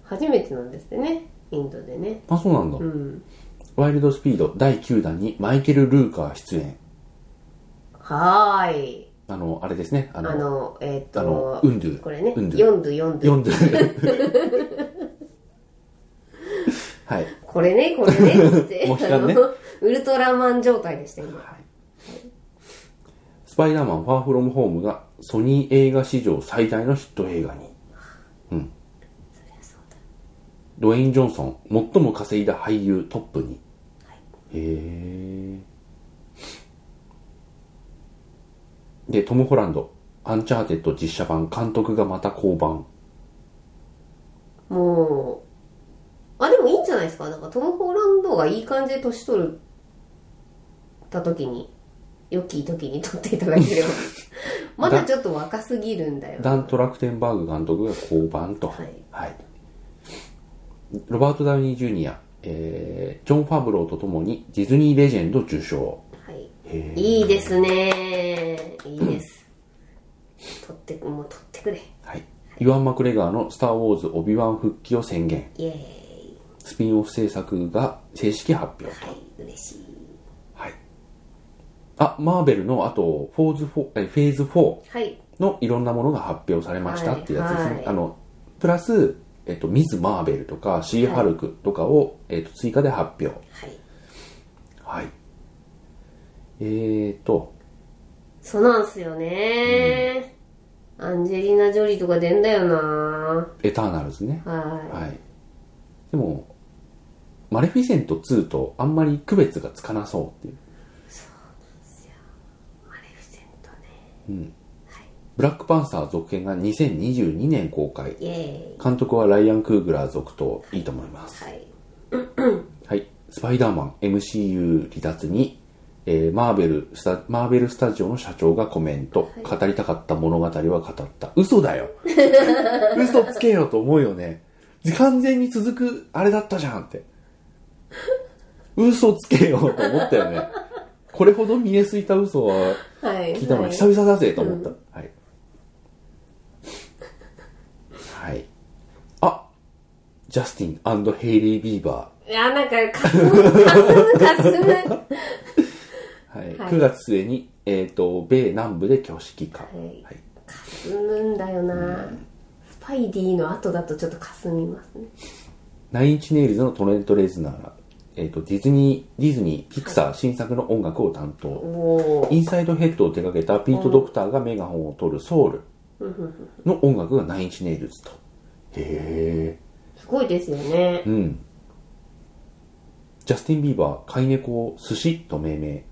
B: 初めてなんですってねインドでね
A: あそうなんだ、
B: うん
A: ワイルドスピード第9弾にマイケル・ルーカー出演
B: はーい
A: あの、あれですね。あの、
B: あの、えーっ
A: あの
B: と、
A: ウンドゥ
B: これね、
A: ウンドゥ
B: ヨンドゥ、ヨンドゥ。
A: 読んでる。 はい。
B: これね、これね、 つって、
A: モヒカンね
B: あのウルトラマン状態でした、今。
A: スパイダーマン・ファー・フロム・ホームがソニー映画史上最大のヒット映画に。うん。ドウェイン・ジョンソン、最も稼いだ俳優トップに。へえ。で、トム・ホランド、アンチャーテッド実写版、監督がまた降板。
B: もう、あ、でもいいんじゃないですか。なんかトム・ホランドがいい感じで年取る、た時に、良き時に撮っていただ ければ。まだちょっと若すぎるんだよ。
A: ダン・トラクテンバーグ監督が降板と。
B: はい
A: はいロバート・ダウニー・ジュニア、えージョン・ファブローとともにディズニー・レジェンド受賞。
B: はい。
A: へー
B: いいですねいいです。撮って、もう撮ってくれ。
A: はい。イワン・マクレガーのスター・ウォーズ・オビワン復帰を宣言。
B: イエーイ。
A: スピンオフ制作が正式発表と。
B: はい、嬉しい。
A: はい。あ、マーベルの、あと、フォーズフォーえフェーズ4
B: はい。
A: のいろんなものが発表されましたっていうやつですね。
B: はいはい
A: あの、プラス、えっと、ミズ・マーベルとか、シー・ハルクとかを、えっと、追加で発表。
B: はい。
A: はい。えーと、
B: そうなんすよね、アンジェリーナ・ジョリーとか出んだよな
A: エターナルズね。
B: は
A: はい。でも、マレフィセント2とあんまり区別がつかなそうっていう。
B: い。マレフィセントね。
A: ブラックパンサー続編が2022年公開。
B: イエ
A: 監督はライアン・クーグラー続投。いいと思います。
B: ーイ。はい。
A: はい。スパイダーマン MCU 離脱に、えーマーベルスタ、マーベルスタジオの社長がコメント。語りたかった物語は語った。嘘だよ嘘つけよと思うよね。完全に続くあれだったじゃんって。嘘つけよと思ったよね。これほど見えすいた嘘は
B: はい。
A: 聞いたの
B: は
A: はい久々だぜと思った。はい。はい。あジャスティンヘイリー・ビーバー。
B: いや、なんか、かすむ、かすむ、かすむ。は
A: はい、
B: はい
A: 9月末に、えー、と米南部で挙式か、
B: い
A: はい。
B: かすむんだよなスパイディの後だとちょっとかすみますね。
A: ナインチネイルズのトレント・レズナーが、えー、とディズニーディズニーピクサー新作の音楽を担当、
B: おー。
A: インサイドヘッドを手掛けたピート・ドクターがメガホンを取るソウルの音楽がナインチネイルズとへ
B: すごいですよね
A: え。うんジャスティン・ビーバー飼い猫を寿司と命名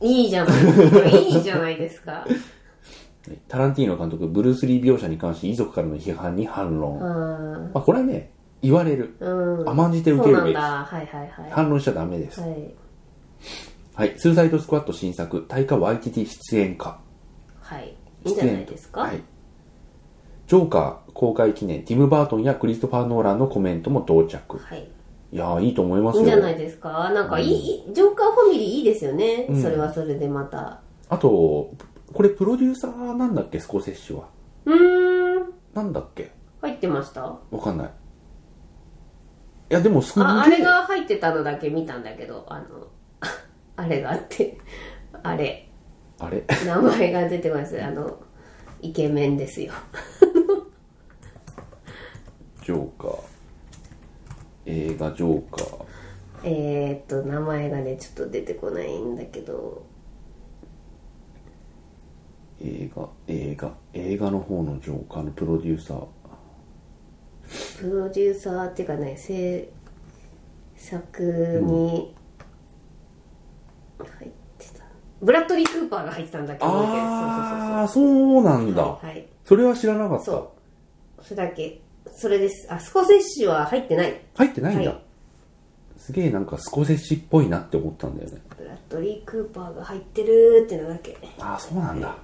B: いいじゃないですか。いいじゃないですか。
A: タランティーノ監督ブルース・リー描写に関し遺族からの批判に反論、
B: あー
A: まあ、これはね言われる
B: うん。
A: 甘んじて受
B: そ
A: け
B: う
A: る
B: な
A: べき
B: んだ。はいはいはい。は
A: 反論しちゃダメです。
B: い。
A: はい。スーサイドスクワット新作、タイカ・ワイティティ出演か。
B: はい。いいん
A: 出
B: じ
A: 演
B: ゃないですか。
A: はい。ジョーカー公開記念、ティム・バートンやクリストファー・ノーランのコメントも到着。
B: はい。
A: いやー、いいと思います
B: いい
A: よ。
B: んじゃないですかなんかいい、ジョーカーファミリーいいですよね、それはそれでまた
A: あと、これプロデューサーなんだっけ、スコセッシュは。
B: うーん
A: なんだっけ
B: 入ってました
A: わかんない。いや、でもすんげ
B: ああ
A: ー
B: れが入ってたのだけ見たんだけどあの あれがあってあれ
A: あれ
B: 名前が出てますあのイケメンですよ
A: ジョーカー。映画ジョーカー。
B: えー、っと名前がねちょっと出てこないんだけど
A: 映画、映画、映画の方のジョーカーのプロデューサー。
B: プロデューサーっていうかね制作に入ってた、ブラッドリー・クーパーが入ってたんだけどそうそうそうそう
A: ああ、そうなんだ。
B: はい、はい、
A: それは知らなかった。
B: そそれだけそれですあスコセッシュは入ってない
A: 入ってないんだ。
B: はい
A: すげえなんかスコセッシっぽいなって思ったんだよね。
B: ブラッドリー・クーパーが入ってるってのだけ
A: ああ、そうなんだ。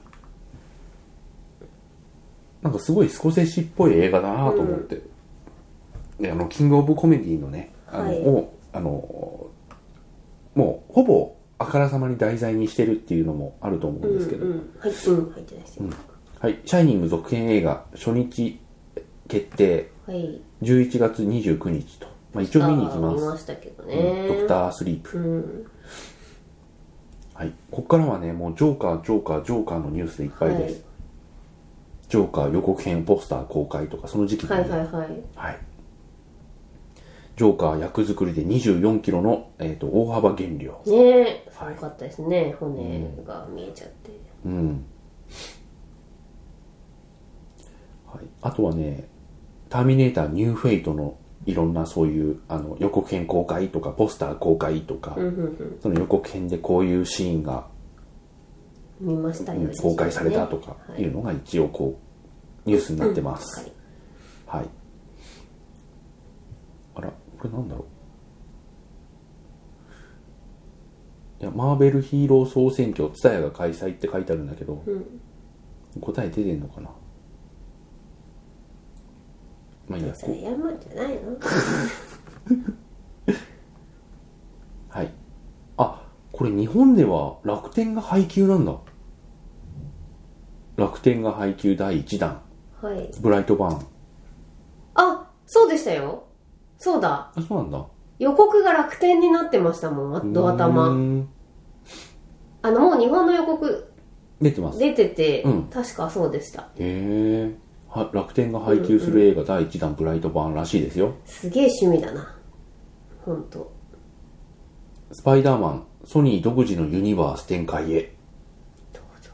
A: なんかすごいスコセッシっぽい映画だなと思って。であの、キングオブコメディのね、あの、
B: はい
A: を、あの、もうほぼあからさまに題材にしてるっていうのもあると思うんですけど。
B: うんうんはいうん入ってないですよ、
A: はい、シャイニング続編映画初日決定、
B: はい
A: 11月29日と。まあ一応見に行き
B: あー
A: ま
B: 見
A: す。
B: ましたけどね、
A: うんドクタースリープ。
B: うん
A: はい。こっからはね、もうジョーカー、ジョーカー、ジョーカーのニュースでいっぱいです。ジョーカー予告編ポスター公開とか、その時期に、
B: はいはいはい
A: はいジョーカー役作りで24キロの、えー、と大幅減量。
B: ねえすごかったですね、骨が見えちゃって、
A: うん。はい。あとはね、ターミネーターニューフェイトのいろんなそういうあの予告編公開とか、ポスター公開とか、その予告編でこういうシーンが
B: 見ましたよ、
A: うん公開されたとか
B: はいい、
A: うのが一応こうニュースになってます、
B: はい
A: はいあらこれなんだろういやマーベルヒーロー総選挙 TSUTAYA が開催って書いてあるんだけど、答え出てんのかなまあいいや
B: それやんまんじゃないの
A: はいあこれ日本では楽天が配給なんだ楽天が配給第1弾
B: はい
A: ブライトバーン
B: あそうでしたよそうだ
A: あそうなんだ
B: 予告が楽天になってましたもんあドア
A: うー
B: 玉
A: ん
B: あのもう日本の予告
A: 出てますへ
B: 出てて、
A: うん
B: 確かそうでした
A: え楽天が配給する映画第1弾ブライトバーンらしいですよ
B: すげえ趣味だな本当
A: スパイダーマンソニー独自のユニバース展開へ
B: どうぞ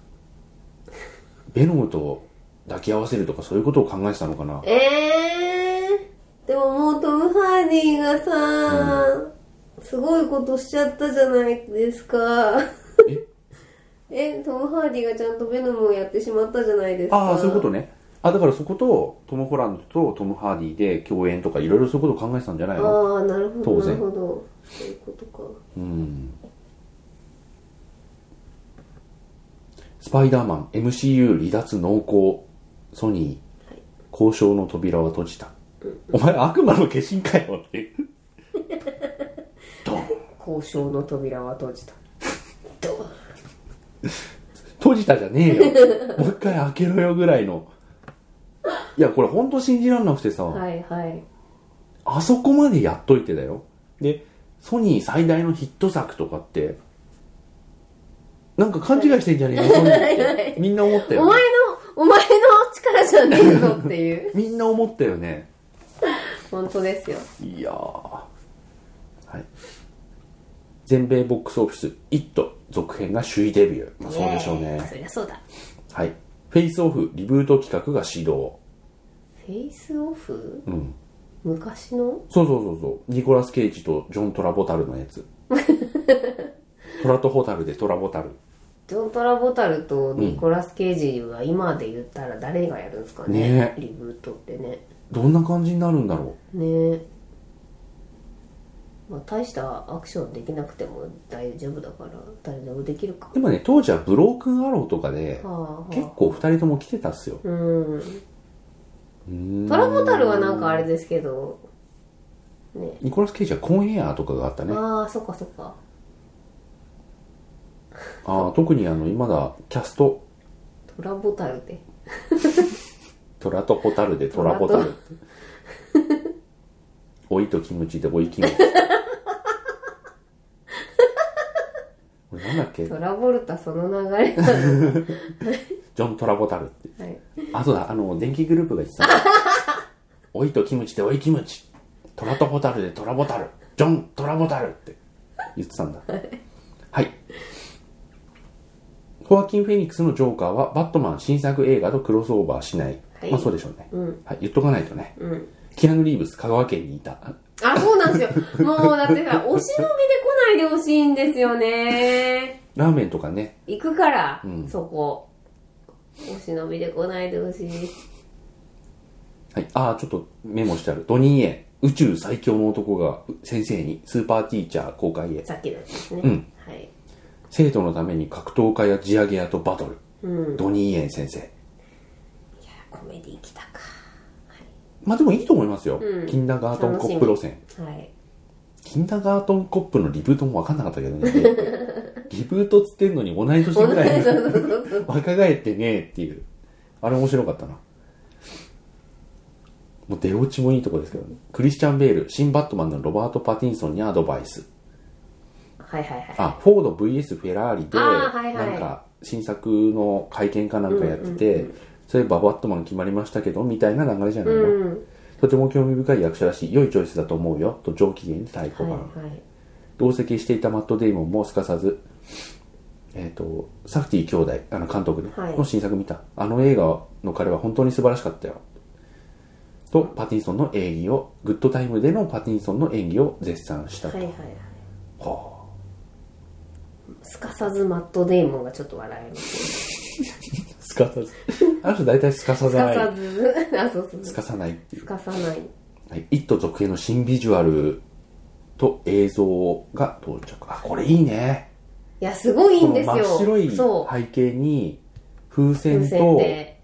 A: ベノムと抱き合わせるとかそういうことを考えてたのかな
B: えー、でももうトム・ハーディがさ、すごいことしちゃったじゃないですか
A: え
B: えトム・ハーディがちゃんとベノムをやってしまったじゃないですか
A: ああそういうことねあだからそことトム・ホランドとトム・ハーディで共演とかいろいろそういうことを考えてたんじゃないの
B: ああなるほ
A: 当
B: どなる
A: 然
B: ほどそういうことか
A: うんスパイダーマン MCU 離脱濃厚ソニー、
B: はい
A: 交渉の扉は閉じた、お前悪魔の化身かよってドン
B: 交渉の扉は閉じたドーン
A: 閉じたじゃねえ よもう一回開けろよぐらいのいやこれ本当信じらんなくてさ、
B: はいはい
A: あそこまでやっといてだよ。で、ソニー最大のヒット作とかって、なんか勘違いしてんじゃねえのソニーって。みんな思った
B: お
A: よ
B: 前の
A: ね。
B: お前の力じゃねえぞっていう
A: みんな思ったよね。
B: 本当ですよ
A: いやー。はい。全米ボックスオフィス、イット続編が首位デビュー。まあ、そうでしょう
B: イエーイ
A: ね。
B: そりゃそうだ
A: はい。フェイスオフ、リブート企画が始動。
B: フェイスオフ
A: うん。
B: 昔の
A: そうそうそうそう。ニコラス・ケイジとジョン・トラボタルのや つ。トラとホタルでトラボタル。
B: ジョン・トラボタルとニコラス・ケイジは今で言ったら誰がやるんですかね
A: ね
B: リブートってね
A: どんな感じになるんだろ
B: ねまあ、大したアクションできなくても大丈夫だから誰でもできるか
A: う。でもね、当時はブロークンアローとかで、
B: はあはあ
A: 結構二人とも来てたっすよ。
B: うん
A: うーん
B: トラボタルはなんかあれですけどね
A: ニコラス・ケイジはコンエアーとかがあったね。
B: ああそっかそっか
A: ああ特にあの、今だ、キャスト、
B: トラボタルって
A: トラとホタルでトラボタルって。 おいとキムチでおいキ ムチ。これなんだっけジ
B: トラボルタその流れ なの
A: ョン・トラボタルって。
B: はい
A: あ、そうだ、あの、電気グループが言 ってた。おいとキムチでおいキムチ。トラとホタルでトラボタル。ジョン、トラボタルって言ってたんだ。はい。ホアキン・フェニックスのジョーカーはバットマン新作映画とクロスオーバーしない。
B: はい
A: まあそうでしょうね、
B: うん
A: はい。言っとかないとね。
B: うん
A: キアヌ・リーブス、香川県にいた。
B: あ、そうなんですよ。もう、だってさ、お忍びで来ないでほしいんですよね。
A: ラーメンとかね。
B: 行くから、そこ。お忍びで来ないでほしい。
A: はい。ああ、ちょっとメモしてある。ドニー・エン、宇宙最強の男が先生にスーパーティーチャー公開へ。
B: さっきのやつですね。
A: うん
B: はい。
A: 生徒のために格闘家や地上げ屋とバトル。
B: うん。
A: ドニー・エン先生。
B: コメディ来たか。
A: まあでもいいと思いますよ。
B: うん
A: キンダーガートンコップ路線。
B: はい。
A: キンダーガートンコップのリブートも分かんなかったけど ね。リブートっつってんのに同い年ぐらいの若返ってねえっていう。あれ面白かったな。もう出落ちもいいとこですけどね。クリスチャン・ベール、新バットマンのロバート・パティンソンにアドバイス。
B: はいはいはい。
A: あ、フォード VS フェラーリで、
B: あーはいはい
A: なんか、新作の会見かなんかやってて、それババットマン決まりましたけど、みたいな流れじゃないの、
B: うん。
A: とても興味深い役者だし、良いチョイスだと思うよ、と上機嫌に太鼓
B: はい
A: 判。
B: はい。
A: 同席していたマット・デイモンもすかさず、えっ、と、サフティ兄弟、あの監督ね
B: はい
A: の新作見た。あの映画の彼は本当に素晴らしかったよ。と、パティンソンの演技を、グッドタイムでのパティンソンの演技を絶賛した
B: は
A: と。
B: いはいはい。
A: は
B: すかさずマット・デイモンがちょっと笑えます。
A: あすかさず。あの人大体すかさ
B: すか
A: な
B: さ
A: い。
B: ず、 あ、そうそう
A: す
B: そう。
A: かさないっていう
B: す。かさない。
A: はい、イット続編の新ビジュアルと映像が到着。あ、これいいね。
B: いや、すごいいい
A: こ
B: ん
A: の
B: ですよ。
A: 真っ白い
B: そう。
A: 背景に、風
B: 風
A: 船
B: 船
A: と、
B: で。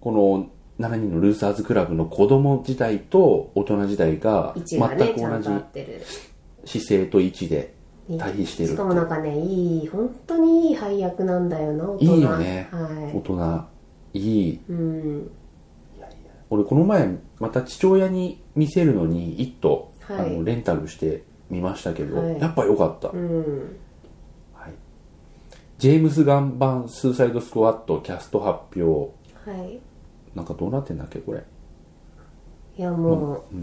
A: この7人のルーサーズクラブの子供時代と大人時代が
B: 位
A: 全
B: 置がね、
A: く
B: ちゃんと合
A: 同
B: ってる。
A: じ姿勢と位置で対比してる
B: しかもなんかね、いい、本当にいい配役なんだよな、大
A: い
B: 人。
A: いよね大
B: は
A: 人いい
B: い。うん。
A: 俺この前また父親に見せるのに「イット!」
B: はい
A: あのレンタルしてみましたけど、
B: はい
A: やっぱ良かった、
B: うん。
A: はい、ジェームス・ガン版「スーサイド・スクワット」キャスト発表
B: はい。
A: なんかどうなってんだっけこれ
B: いや、もう、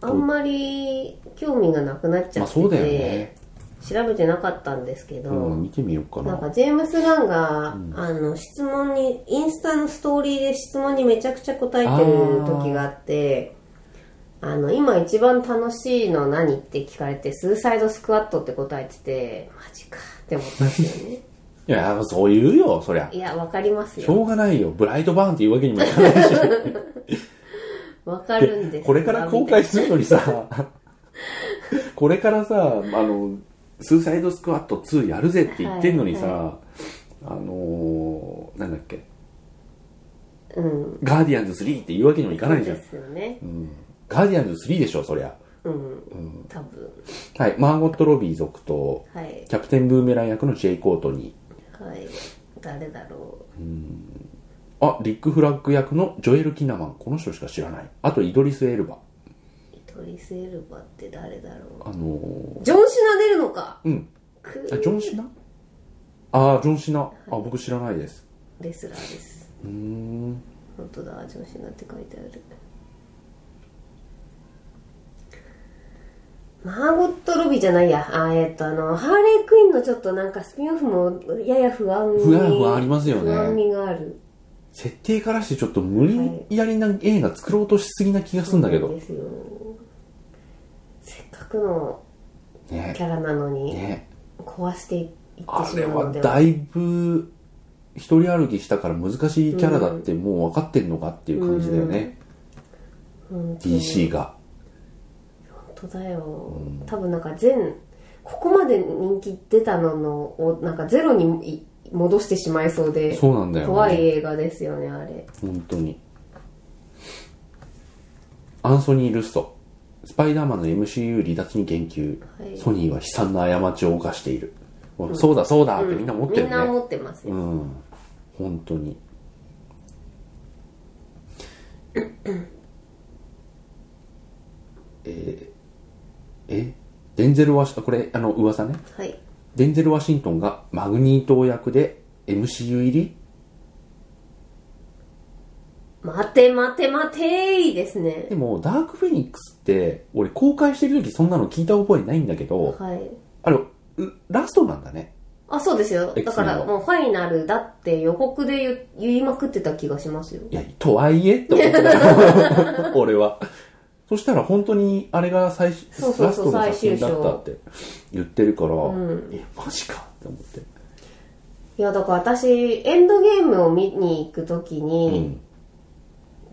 B: あんまり興味がなくなっちゃ
A: まあ
B: ってて、
A: そうだよね、
B: 調べてなかったんですけど、
A: うん、見てみようかな
B: なんかジェームス・ガンが、あの質問にインスタのストーリーで質問にめちゃくちゃ答えてる時があってあの今一番楽しいの何って聞かれてスーサイドスクワットって答えててマジかって思ったんです よね
A: いやそう言うよそりゃ
B: いやわかります
A: しょ
B: よ
A: うがないよ。ブライトバーンっていうわけにもいかないし。
B: わかるんです
A: これから公開するのにさ、これからさ、あの、スーサイドスクワット2やるぜって言ってんのにさ、
B: は
A: あのー、なんだっけ、
B: うん
A: ガーディアンズ3って言うわけにもいかないじゃん
B: で。すよね
A: うんガーディアンズ3でしょ、そりゃ。
B: うん、多分
A: はい、マーゴット・ロビー続投、
B: はい
A: キャプテン・ブーメラン役のジェイ・コートに、
B: はい誰だろう
A: あ、リック・フラッグ役のジョエル・キナマン、この人しか知らない。あと、イドリス・エルバ、
B: イトリス・エルバって誰だろ
A: あのー
B: うジョン・シナ出るのか
A: うん、
B: く
A: あジョン・シナああ、ジョン・シナ。あ、僕知らないです。
B: レスラーです
A: うーん。
B: 本当だ上司なって書いてあるマーゴット・ロビーじゃないやあえっ、とあのハーレー・クイーンのちょっとなんかスピンオフもやや不安味
A: 不安不安ありますよね
B: 不安味がある
A: 設定からしてちょっと無理やりな映画作ろうとしすぎな気がするんだけ
B: そう
A: ど。
B: ですよせっかくの
A: ね
B: キャラなのに
A: ね
B: 壊していってしま
A: あれ
B: う
A: は
B: ので
A: だいぶ、一人歩きしたから難しいキャラだってもう分かってんのかっていう感じだよね。
B: 本当に
A: DC が。
B: 本当だよ、多分なんか全ここまで人気出たののをなんかゼロにい戻してしまいそうで
A: そうなんだよね
B: 怖い映画ですよねあれ
A: 本当に。アンソニー・ルッソ。スパイダーマンの MCU 離脱に言及。
B: はい
A: ソニーは悲惨な過ちを犯している。そうだそうだってみんな思ってるね。
B: みんな思ってますよ、
A: うん本当にえーえデンゼル・ワシンこれあの噂ね
B: はい
A: デンゼル・ワシントンがマグニート役で MCU 入り
B: 待て待て待てーですね
A: でもダーク・フェニックスって俺公開してる時そんなの聞いた覚えないんだけど
B: はい
A: あれうラストなんだね
B: あそうですよ
A: X-Men
B: だからもうファイナルだって予告で言言いまくってた気がしますよ
A: いやとはいえって思ってたよ 俺はそしたら本当にあれが最終
B: そうそうそう
A: ラストの作品だったって言ってるから、
B: ん
A: えマジかって思って
B: いやだから私エンドゲームを見に行くときに、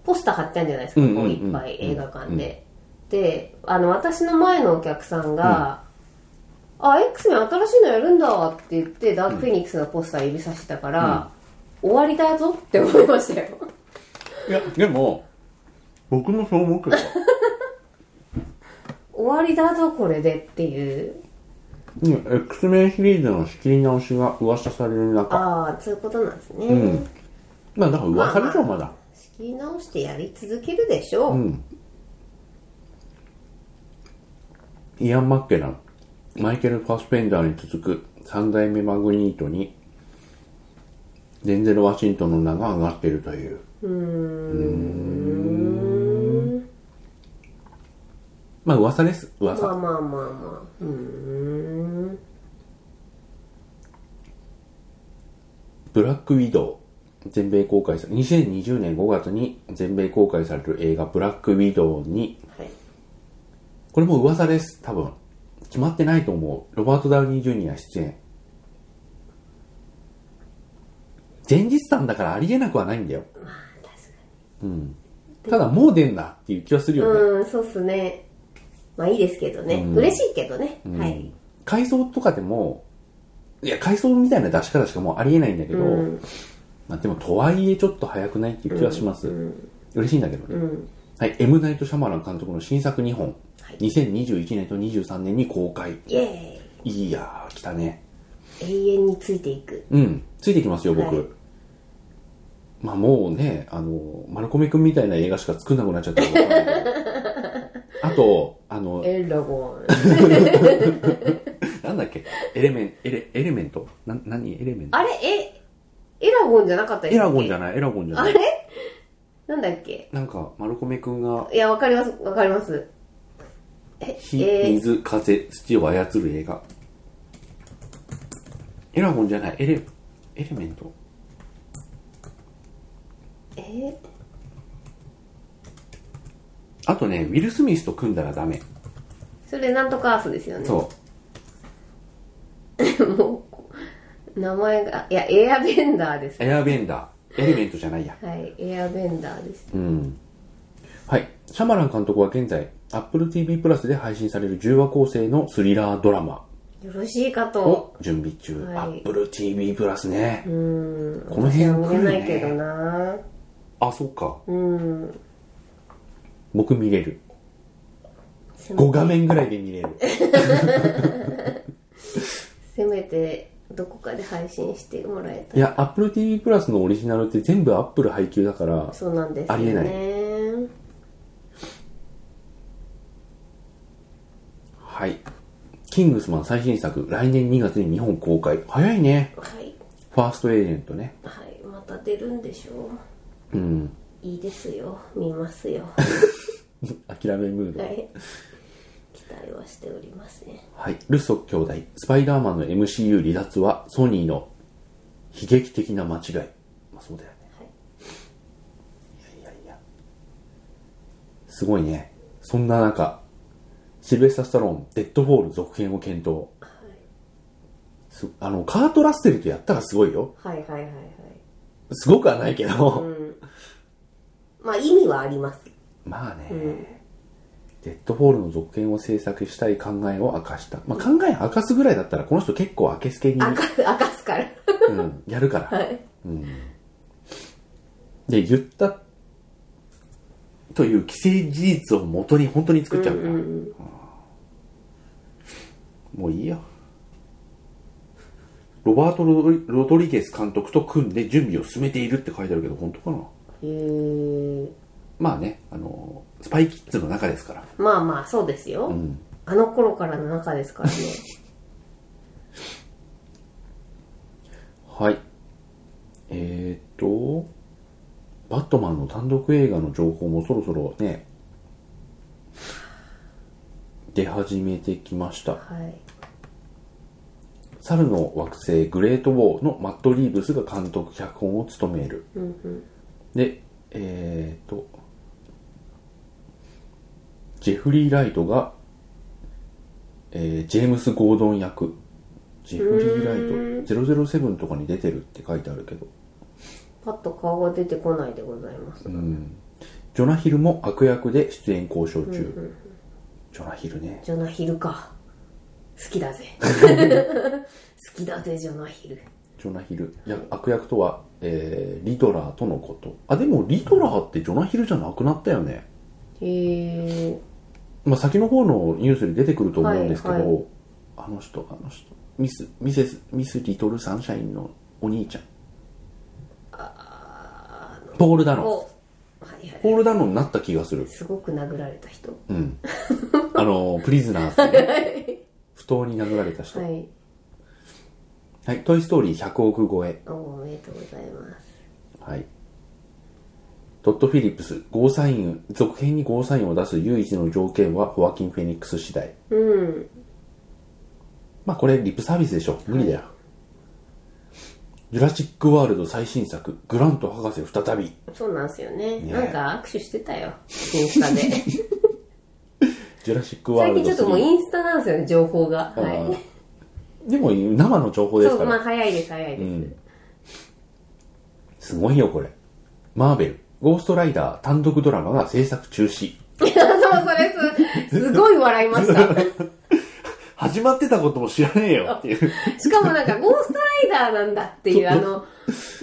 B: ポスター貼ってあるんじゃないですか、
A: うんうん
B: こういっぱい映画館で、であの私の前のお客さんが「あ X メン新しいのやるんだ」って言ってダークフェニックスのポスター指さしてたから、終わりだぞって思いましたよ
A: いやでも僕もそう思うけど
B: 終わりだぞこれでっていう
A: うん X メンシリーズの仕切り直しが噂される中
B: ああそういうことなんですね、
A: んまあだから噂でしょまだ
B: 仕切り直してやり続けるでしょう、
A: うんイアン・マッケランマイケル・ファスペンダーに続く三代目マグニートに、デンゼル・ワシントンの名が上がっているという。まあ噂です、
B: まあ
A: 噂。
B: まあまあまあ。うーん。
A: ブラック・ウィドウ、全米公開さ、2020年5月に全米公開される映画ブラック・ウィドウに、
B: はい。
A: これも噂です、多分。決まってないと思う。ロバート・ダウニー・ジュニア出演。前日談だからありえなくはないんだよ。
B: まあ、確
A: ただもう出んなっていう気はするよ
B: か
A: ね。
B: に。うん、そうっすね。まあいいですけどね。嬉しいけどね。はい。
A: 回想とかでも、いや、回想みたいな出し方しかもうありえないんだけど、
B: うん。
A: まあでも、とはいえちょっと早くないっていう気はします。嬉しいんだけどね。
B: うん。
A: はい、M. ナイト・シャマラン監督の新作2本、
B: はい
A: 2021年と23年に公開。
B: イエ
A: いやー、来たね。
B: ーイ。永遠についていく。
A: うん、ついてきますよ、僕。
B: はい
A: まあもうね、あの、マルコメ君みたいな映画しか作んなくなっちゃったから あと、あの、
B: エラゴン。
A: なんだっけ、エレメン、エレ、エレメントな、何エレメント
B: あれ、え、エラゴンじゃなかったです
A: エラゴンじ
B: ゃ
A: ゃない、エラゴンじゃ
B: あ
A: ない。
B: れなんだっけ
A: なんか、マルコメ君が、
B: いや、わかります、わかります。え、
A: 火、
B: えー、
A: 水、風、土を操る映画。エラゴンじゃない、エレ、エレメント。
B: え
A: あとね、ウィル・スミスと組んだらダメ。
B: それなんとかアースですよね。
A: そ
B: もう、名前が、いや、エアベンダーです
A: う。。エアベンダー。エレメントじゃないや。
B: はい、エアベンダーです。
A: うん。はい。シャマラン監督は現在、Apple TV プラスで配信される10話構成のスリラードラマ
B: よろしいかと。
A: を準備中。
B: はい
A: Apple TV プラスね。
B: うーん。
A: この辺
B: 私は見れない
A: 来るね
B: けどな
A: あ、そっか。
B: うん。
A: 僕見れる。
B: せ
A: 5
B: め
A: 画面ぐらいで見れる。
B: せめて、どこかで配信してもらえた
A: い
B: ら。
A: や、Apple TV プラスのオリジナルって全部 Apple 配給だから、
B: そうなんですよ
A: ありえない
B: ね。
A: はい。キングスマン最新作、来年2月に日本公開。早いね。
B: はい。
A: ファーストエージェントね。
B: はい、また出るんでしょ
A: う
B: う。
A: ん。
B: いいですよ。見ますよ。
A: 諦めムード。
B: は
A: はい、
B: い。期待はしておりますね。
A: ルッソ兄弟、スパイダーマンの MCU 離脱はソニーの悲劇的な間違い。まあそうだよね。
B: はい
A: い、やいやいや。すごいね。そんな中、シルベスタ・スタローン、デッドフォール続編を検討。すあの、カート・ラッセルとやったらすごいよ。
B: はいはいはいはい。
A: すごくはないけど、
B: まあ意味はあります。
A: まあね、デッドフォールの続編を制作したい考えを明かした。まあ、考え明かすぐらいだったら、この人結構明けすけに、
B: 明かす、明かすから。
A: うん、やるから。
B: はい。
A: で、言った、という既成事実をもとに本当に作っちゃうから。もういいよ。ロバートロ・ロドリゲス監督と組んで準備を進めているって書いてあるけど、本当かな
B: へー
A: まあね、あの、スパイキッズの中ですから。
B: まあまあそうですよ。
A: うん。
B: あの頃からの中ですからね。
A: はい。えー、っと、バットマンの単独映画の情報もそろそろね、出始めてきました。
B: はい。
A: 猿の惑星グレートウォーのマット・リーブスが監督脚本を務める。
B: うんうん。
A: で、えー、っと、ジェフリー・ライトが、えージェームス・ゴードン役。ジェフリー・ライト、007とかに出てるって書いてあるけど。
B: パッと顔が出てこないでございます。
A: ジョナヒルも悪役で出演交渉中。ジョナヒルね。
B: ジョナヒルか。好きだ ぜ。好きだぜ、ジョナヒル。
A: ジョナヒル。いや、悪役とは、えー、リドラーとのこと。あ、でもリドラーってジョナヒルじゃなくなったよね。
B: へえ。
A: まあ、先の方のニュースに出てくると思うんですけど、
B: はいはい
A: あの人、あの人、ミス、ミセス、ミス・リトル・サンシャインのお兄ちゃん。ポール・ダノン。
B: お。はいはい。
A: ポール・ダノンになった気がする。
B: すごく殴られた人。
A: うん。あの、プリズナーズ、ね。不当に殴られた人。
B: は
A: はい、
B: い。
A: トイストーリー100億超え。
B: おおめでとうございます。
A: はい。トッド・フィリップス、ゴーサイン、続編にゴーサインを出す唯一の条件は、ホアキン・フェニックス次第。
B: うん。
A: まあこれリップサービスでしょ無理だよ、ジュラシック・ワールド最新作「グラント博士再び
B: そうなんですよね。
A: ね
B: なんか握手してたよ。インスタで。」
A: ジュラシッ ク・ワー
B: 最
A: ル
B: 近
A: ド
B: ちょっともう
A: 3
B: インスタなんですよね、情報が。
A: うん
B: は
A: でも生の情報
B: い。
A: で
B: そ
A: すか
B: う、まあ
A: ら
B: 早いです、早いです。
A: すごいよこれマーベル「ゴーストライダー」単独ドラマが制作中止
B: そう、それす、すごい笑いま した。
A: 始まってたことも知らねえよっていう
B: しかもなんか、ゴーストライダーなんだっていう、あの、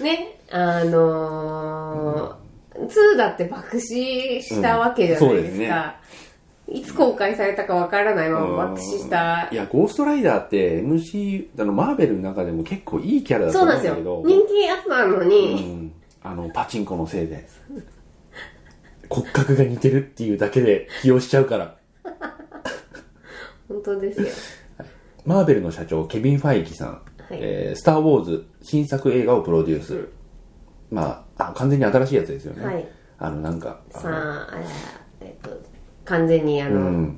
B: ね、あのー、2だって爆死したわけじゃな
A: うん
B: いですか。
A: そうですね
B: いつ公開されたかわからないまま爆死した
A: い。やゴーストライダーって MC あのマーベルの中でも結構いいキャラだと
B: そう
A: 思う
B: なん
A: ん
B: です
A: だ
B: よ
A: けど。
B: 人気アップなの
A: う
B: に、
A: んあのパチンコのせいで骨格が似てるっていうだけで起用しちゃうから
B: 本当ですよ。
A: マーベルの社長ケビン・ファイキさん、
B: い
A: えースター・ウォーズ」新作映画をプロデュース、まああ完全に新しいやつですよね、
B: はい
A: あのなんかあの
B: さあ、あえっと、完全にあの、
A: うん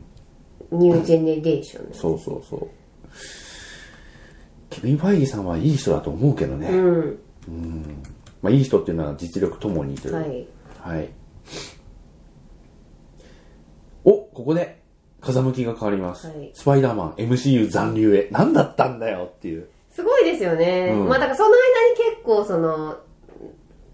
B: ニュージェネレーションです。
A: そうそうそうケビン・ファイギさんはいい人だと思うけどね、
B: うん。
A: まあ、いい人っていうのは実力ともにという
B: はい。
A: はい、おここで風向きが変わります、
B: はい
A: スパイダーマン MCU 残留へ何だったんだよっていう
B: すごいですよね。
A: うん
B: まあだからその間に結構その、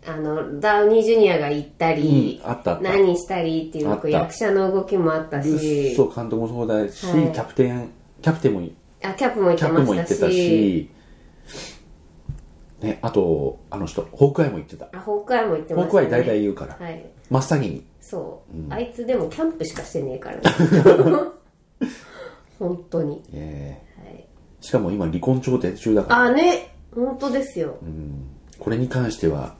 B: あの、ダウニージュニアが行ったり、
A: うんあったあった
B: 何したりっていう
A: あった
B: 役者の動きもあった
A: ル
B: し
A: ッ、ソ監督もそうだし、
B: はい
A: キャプテンキャプテンも
B: あ、キャップも行っ
A: キ
B: て
A: ャップ
B: ま
A: も
B: し
A: 言
B: た
A: っ
B: し、
A: てたし、ね、あとあの人ホークアイも言ってた
B: あ、ホークアイも行ってま
A: ホ
B: し
A: ーク
B: た、
A: ア
B: ね。
A: イ大体言うから、
B: はい。
A: 真っ先に
B: そう、あいつでもキャンプしかしてね えから、ね、本当に。
A: え
B: はい、
A: ーしかも今離婚調停中だから
B: あ、ね、本当ですよ。
A: これに関しては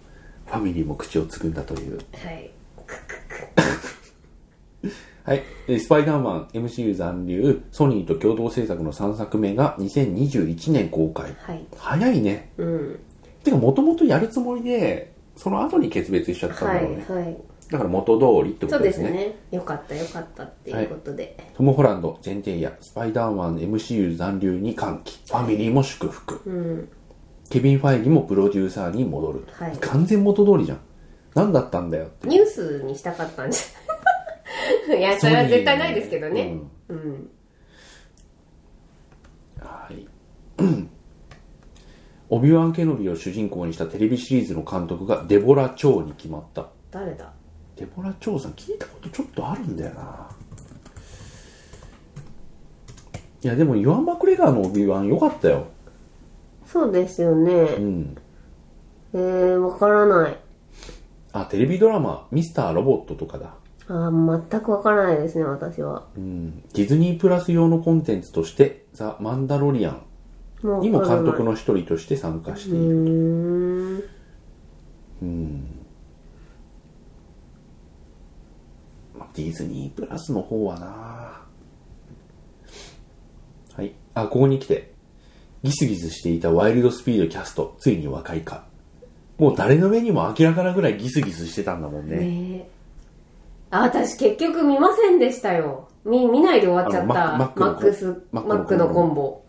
A: ファミリーも口をつくんだという
B: はい。くくく
A: はい。えースパイダーマン MCU 残留、ソニーと共同制作の3作目が2021年公開。
B: はい。
A: 早いね。
B: うん。
A: てか、もともとやるつもりで、その後に決別しちゃったん
B: は
A: だ
B: い
A: ろうね。、
B: はい。
A: だから元通りってこ
B: そ
A: と
B: うで
A: です
B: す
A: ね。
B: ね。よかった、よかったっていうことで。
A: トム・ホランド、前提や、スパイダーマン MCU 残留に歓喜、ファミリーも祝福。
B: うん。
A: ケビン・ファイギもプロデューサーに戻る。
B: はい
A: 完全元通りじゃん。何だったんだよって。
B: ニュースにしたかったんじゃ いや、それは絶対ないですけどね。うん。
A: はい。オビワン・ケノビを主人公にしたテレビシリーズの監督がデボラ・チョウに決まった。
B: 誰だ
A: デボラ・チョウさん聞いたことちょっとあるんだよな。いや、でも、イワン・マクレガーのオビワン良かったよ。
B: そうですよね。
A: うん。
B: えー、わからない。
A: あ、テレビドラマ、ミスター・ロボットとかだ。
B: あー全くわからないですね、私は。
A: うん。ディズニープラス用のコンテンツとして、ザ・マンダロリアン
B: もう
A: にも
B: わから
A: 監
B: ない
A: 督の一人として参加していうる。
B: ーん。
A: まあディズニープラスの方はなはい。あ、ここに来て。ギスギスしていたワイルドスピードキャスト、ついに和解か。もう誰の目にも明らかなぐらいギスギスしてたんだもんね。
B: ねえあ私結局見ませんでしたよ見見ないで終わっちゃった
A: あのマ
B: マ
A: ックマ
B: ッ
A: ック
B: ク
A: の
B: ス
A: マ
B: マ
A: ックの
B: ックのコンボ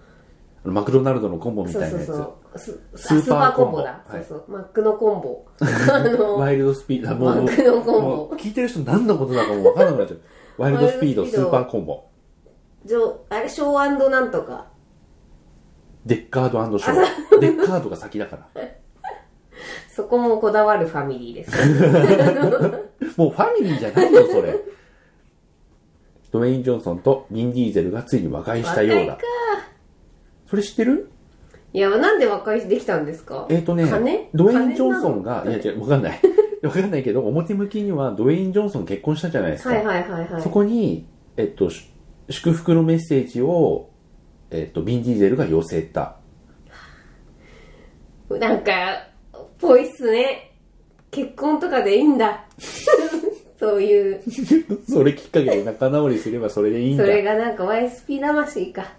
A: あのマクドナルドのコンボみ
B: そう
A: たい
B: そ
A: な
B: う
A: やつ。
B: そうス
A: スー
B: スーパ
A: パー
B: ー
A: コ
B: コン
A: ンボ
B: ボだ、
A: はい
B: そうそうマックのコンボ あの
A: ワイルドスピード、
B: マックのコンボ
A: もう聞いてる人何のことだかもうわからなくなっちゃう。ワイルドスピード、
B: ワイル
A: ス
B: ドスピード
A: ーパーコンボ。
B: ジョあれショーなんとか
A: デッカードショー。デッカードが先だから。
B: そこもこだわるファミリーですね
A: もうファミリーじゃないよ、それ。ドウェイン・ジョンソンとビン・ディーゼルがついに和解したようだ
B: 若いか。
A: それ知ってる
B: いやなんで和解できたんですか
A: えっ、とね
B: 金、
A: ドウェイン・ジョンソン
B: 金
A: が、いや違う、わかんない。わかんないけど、表向きにはドウェイン・ジョンソン結婚したじゃないですか。
B: なのはいはいはいはい
A: そこに、えっと、し祝福のメッセージを、えっと、ビン・ディーゼルが寄せた。
B: なんかぽいっすね結婚とかでいいんだ そういう
A: それきっかけで仲直りすればそれでいいん
B: そ
A: だ。
B: れがなんか YSP 魂か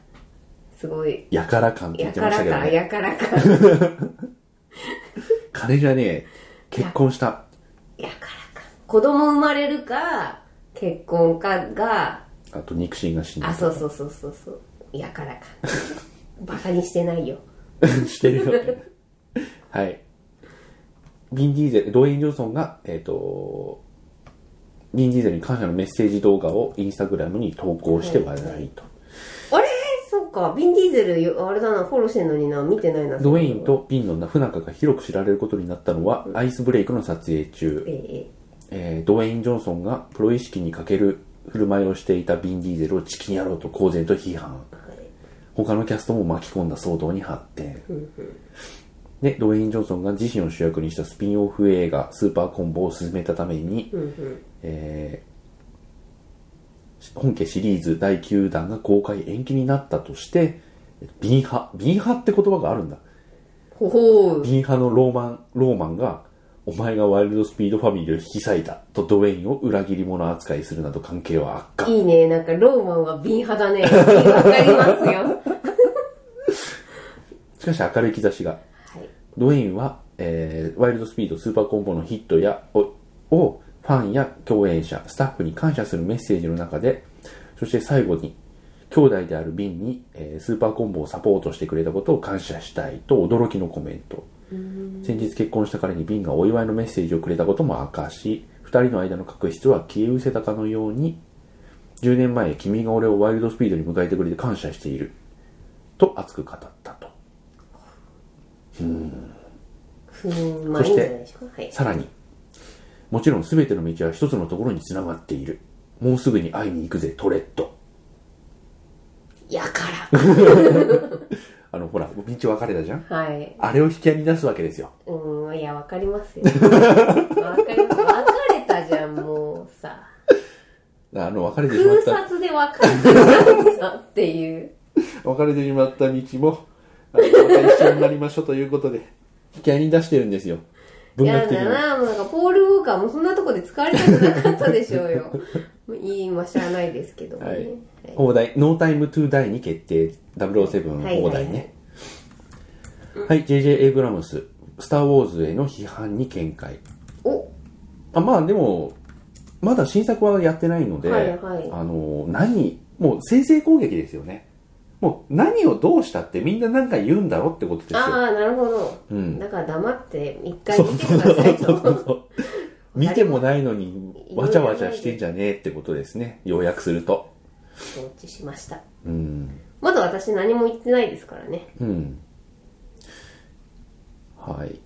B: すごい。
A: やから感って言
B: や
A: って
B: か
A: ました
B: ら
A: けど
B: か、
A: ね。
B: やから か。
A: 金じゃねえ。結婚した。
B: やからか。子供生まれるか、結婚かが、
A: あと肉親が死んだ
B: あ、。そうそうそうそうそう。やからか。バカにしてないよ。
A: してるよ。はい。ビンディーゼル、ドウェイン・ジョンソンが、えっ、と、ビンディーゼルに感謝のメッセージ動画をインスタグラムに投稿して話題と。
B: あれそっか、ビンディーゼルよ、あれだな、フォローしてんのにな、見てないな。
A: ドウェインとピンの不仲が広く知られることになったのは、アイスブレイクの撮影中、
B: ええ
A: えードウェイン・ジョンソンがプロ意識に欠ける振る舞いをしていたビン・ディーゼルをチキン野郎と公然と批判。他のキャストも巻き込んだ騒動に発展。で、ドウェイン・ジョンソンが自身を主役にしたスピンオフ映画、スーパーコンボを進めたために、えー本家シリーズ第9弾が公開延期になったとして、ビン派、ビン派って言葉があるんだ。
B: ほほう。
A: ビン派のローマン、ローマンが、お前がワイルドスピードファミリーを引き裂いたとドウェインを裏切り者扱いするなど関係は悪化。
B: いいね、なんかローマンは瓶派だね。わかりますよ。
A: しかし明るい兆しが。
B: はい。
A: ドウェインは、えーワイルドスピードスーパーコンボのヒットやををファンや共演者、スタッフに感謝するメッセージの中で、そして最後に、兄弟であるビンに、えースーパーコンボをサポートしてくれたことを感謝したいと驚きのコメント。先日結婚した彼にビンがお祝いのメッセージをくれたことも明かし、二人の間の確執は消え失せたかのように、10年前君が俺をワイルドスピードに迎えてくれて感謝している。と熱く語ったと。
B: ふーん、まあいいんじゃないですか。はい。
A: さらに、もちろん全ての道は一つのところにつながっている。もうすぐに会いに行くぜ、トレッド。
B: やか
A: あの、ほら、道分かれたじゃん
B: ら。はい。
A: あれを引き合いに出すわけですよ。
B: うーん、いや、わかりますよ。わかります。別れたじゃん、もうさ。
A: あの、別れてしま
B: 空
A: っ
B: 撮で別れたじゃんさっていう。
A: た、別れてしまった道も、あのまた一緒になりましょうということで、引き合いに出してるんですよ。文
B: や
A: 学的
B: だ
A: に。
B: な、もうなんかポール・ウォーカーもそんなとこで使われたくなかったでしょうよ。もう言いましゃあないですけどもね。
A: はい
B: はい
A: 放題、ノータイムトゥーダイに決定、007放題ね。はい、JJ エイブラムス、スター・ウォーズへの批判に見解。
B: お
A: あまあでもまだ新作はやってないので、
B: はいはい
A: あの何もう先制攻撃ですよねもう何をどうしたってみんな何か言うんだろうってことですよ
B: ああ、なるほど。
A: うん
B: だから黙って一回
A: そう
B: 見て
A: そう
B: く
A: そ
B: ださいうと。
A: そうそう見てもないのに
B: いろいろ
A: わちゃわちゃしてんじゃねえってことですね要約すると
B: 承知しました。
A: うん
B: まだ私何も言ってないですからね。
A: うんはい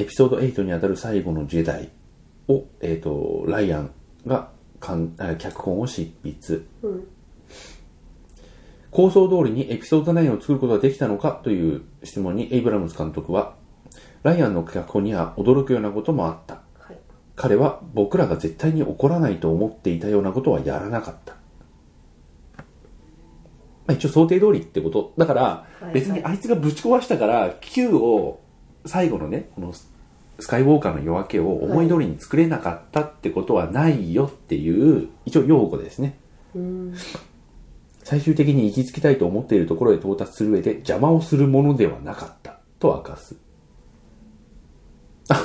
A: エピソード8にあたる最後のジェダイを、えー、とライアンがかんあ脚本を執筆
B: うん。
A: 構想通りにエピソード9を作ることができたのかという質問にエイブラムス監督は、ライアンの脚本には驚くようなこともあった。
B: はい。
A: 彼は僕らが絶対に怒らないと思っていたようなことはやらなかった。まあ、一応想定通りってこと。だから
B: いはい、
A: 別にあいつがぶち壊したから、Q を、最後のね、このススカイウォーカーの夜明けを思い通りに作れなかったってことはないよっていう、一応用語ですね。
B: うん。
A: 最終的に行き着きたいと思っているところへ到達する上で邪魔をするものではなかったと明かす。あ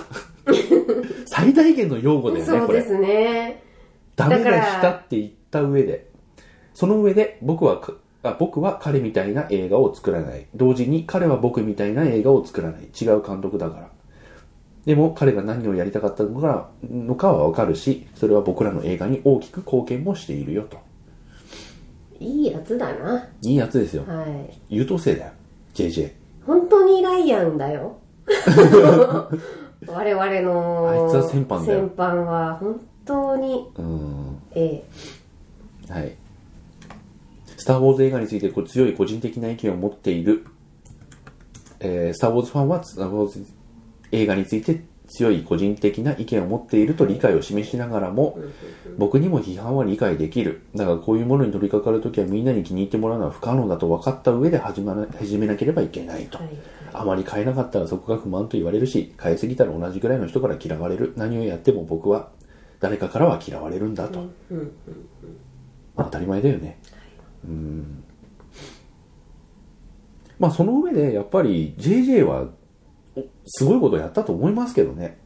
A: 最大限の用語だよね、
B: そ
A: こ
B: うで
A: れ。
B: すね。
A: ダメ
B: だから
A: がしたって言った上で。その上で僕はかあ、僕は彼みたいな映画を作らない。同時に彼は僕みたいな映画を作らない。違う監督だから。でも彼が何をやりたかったのかのかはわかるし、それは僕らの映画に大きく貢献もしているよと。
B: いいやつだな。
A: いいやつですよ。
B: はい。
A: 優等生だよ JJ
B: 本当にライアン だよ。我々の
A: あいつは先般だよ
B: 先般は本当に、
A: うーん
B: え
A: はい「スター・ウォーズ」映画についてこう強い個人的な意見を持っている、えースター・ウォーズファンは「スター・ウォーズ」映画について強い個人的な意見を持っていると理解を示しながらも僕にも批判は理解できるだがこういうものに取り掛かるときはみんなに気に入ってもらうのは不可能だと分かった上で始まら始めなければいけないと
B: え。はい。
A: あまり変えなかったらそこが不満と言われるし、変えすぎたら同じぐらいの人から嫌われる。何をやっても僕は誰かからは嫌われるんだと。まあ当たり前だよね。うん。まあその上でやっぱり JJ はおすごいことをやったと思いますけどね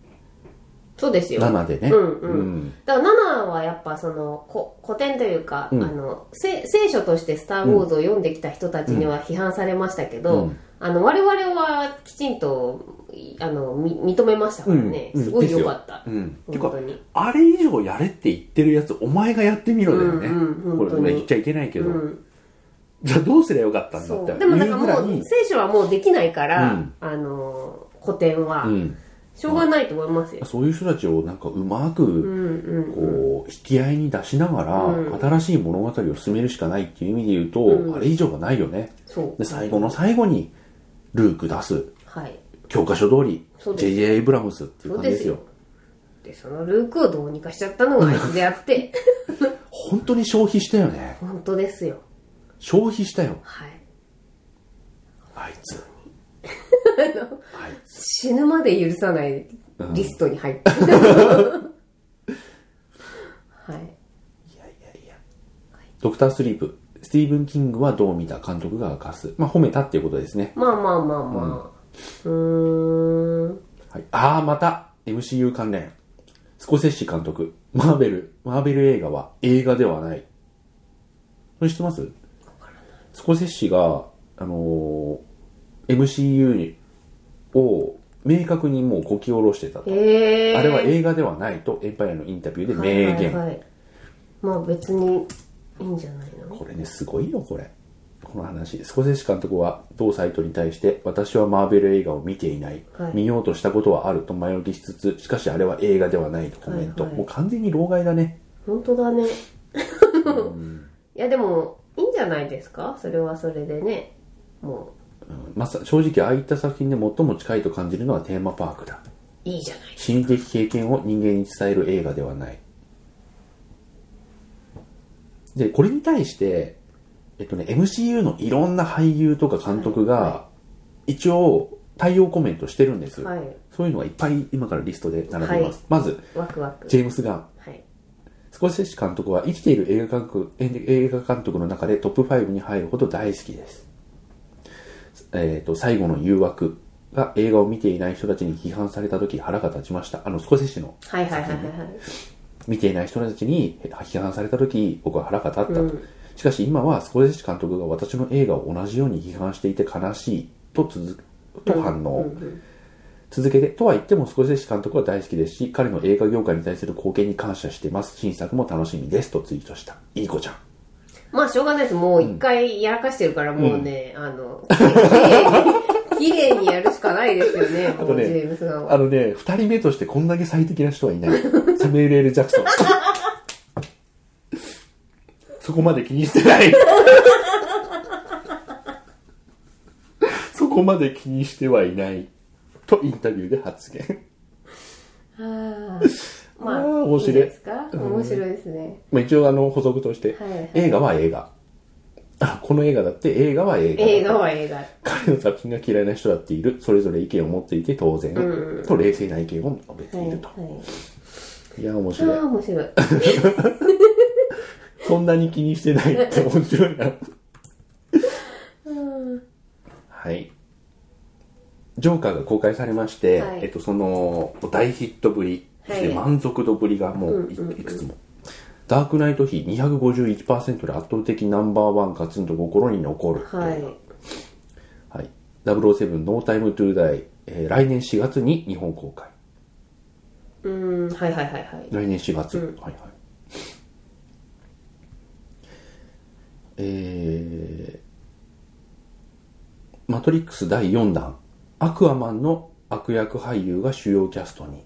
B: そうですよ。
A: 7でね
B: うんうん
A: ん
B: だから7はやっぱそのこ古典というか、
A: うん
B: あのせ聖書として「スター・ウォーズ」を読んできた人たちには批判されましたけど、
A: うん
B: あの我々はきちんといあのみ認めましたからね、
A: うんうん
B: すごい良かった、
A: うんてか
B: 本当に
A: あれ以上やれって言ってるやつお前がやってみろだよね、
B: うんうん
A: こ
B: 本
A: れ
B: 当
A: こ
B: に
A: れ言っちゃいけないけど、
B: うん、
A: じゃあどうすりゃよかったんだ
B: そ
A: っ
B: う
A: て
B: でもだからも
A: 言
B: う聖書はもうできないから、
A: うん
B: あの古典は、
A: うん、
B: しょうがないと思いますよ、
A: そういう人たちをなんかうま
B: う
A: く
B: んうん
A: こう引き合いに出しながら、
B: う
A: 新しい物語を進めるしかないっていう意味で言うと、
B: うん
A: あれ以上がないよね
B: そう
A: で最後の最後にルーク出す
B: はい
A: 教科書通り
B: そうです
A: JJ エイブラムスっていう
B: そ
A: 感じ
B: うで
A: です
B: す
A: よ
B: よでそのルークをどうにかしちゃったのがあいつであって
A: 本当に消費したよね
B: 本当ですよ
A: 消費したよ
B: はい
A: あいつあいつ
B: 死ぬまで許さないリストに入って、はい
A: いやいやいやドクタースリープスティーブン・キングはどう見た監督が明かすまあ褒めたっていうことですね、
B: まあまあまあまあうんん
A: はい、ああまた MCU 関連スコセッシ監督マーベルマーベル映画は映画ではないそれ知ってますスコセッシがあのー MCU を明確にもうこき下ろしてたと
B: ええー、
A: あれは映画ではないとエンパイアのインタビューで明言、
B: はいはいはい、まあ別にいいんじゃないの
A: これねすごいよこれこの話スコセッシ監督は同サイトに対して私はマーベル映画を見ていない、
B: はい
A: 見ようとしたことはあると前置きしつつしかしあれは映画ではないとコメント、
B: はいはい
A: もう完全に老害だね
B: 本当だねいやでも いいんじゃないですかそれはそれでねも
A: うんまさ正直ああいった作品で最も近いと感じるのはテーマパークだ
B: ういいじゃない
A: 心理的経験を人間に伝える映画ではないでこれに対して、えっとね、MCU のいろんな俳優とか監督
B: はい
A: が一応対応コメントしてるんです、
B: はい
A: そういうのがいっぱい今からリストで並べます、まず
B: ワクワク
A: ジェームス・ガン
B: はい
A: スコセッシ監督は生きている映画監督映画監督の中でトップ5に入るほど大好きです。えっ、と、最後の誘惑が映画を見ていない人たちに批判された時腹が立ちました。あの、スコセッシの
B: はいはいはいはいはい
A: 見ていない人たちに批判された時僕は腹が立ったと、
B: うん
A: しかし今はスコセッシ監督が私の映画を同じように批判していて悲しいと続くと反応、続けてとは言ってもスコセッシ監督は大好きですし彼の映画業界に対する貢献に感謝してます新作も楽しみですとツイートしたいい子ちゃん
B: まあしょうがないです。もう一回やらかしてるから、もうね、あの、綺麗に、 綺麗にやるしかないですよ ね、も
A: と
B: う
A: ね
B: ジェームスガンは。
A: あのね2人目としてこんだけ最適な人はいない サムエル・エル・ジャクソンそこまで気にしてないそこまで気にしてはいないとインタビューで発言
B: あーま
A: あ
B: あ、
A: ー面白い
B: いいですか面白いですね。
A: まあ一応あの補足として、
B: はいはい
A: 映画は映画あこの映画だって映画は映画
B: 映画は映画。
A: 彼の作品が嫌いな人だっているそれぞれ意見を持っていて当然、と冷静な意見を述べて
B: はい
A: い
B: は
A: る
B: い
A: と、い、や面
B: あ
A: 白い
B: あ、面白い。
A: そんなに気にしてないって面白いな。はい。ジョーカーが公開されまして、
B: はい
A: えっと、その、大ヒットぶり、そして
B: はい
A: 満足度ぶりがもうい,、くつも。ダークナイト比251%で圧倒的ナンバーワンガツンと心に残る。
B: はい。
A: はい。007ノータイムトゥーダイ、えー来年4月に日本公開。
B: うーん、はいはいはいはい。
A: 来年4月、はいはいえー、マトリックス第4弾アクアマンの悪役俳優が主要キャストに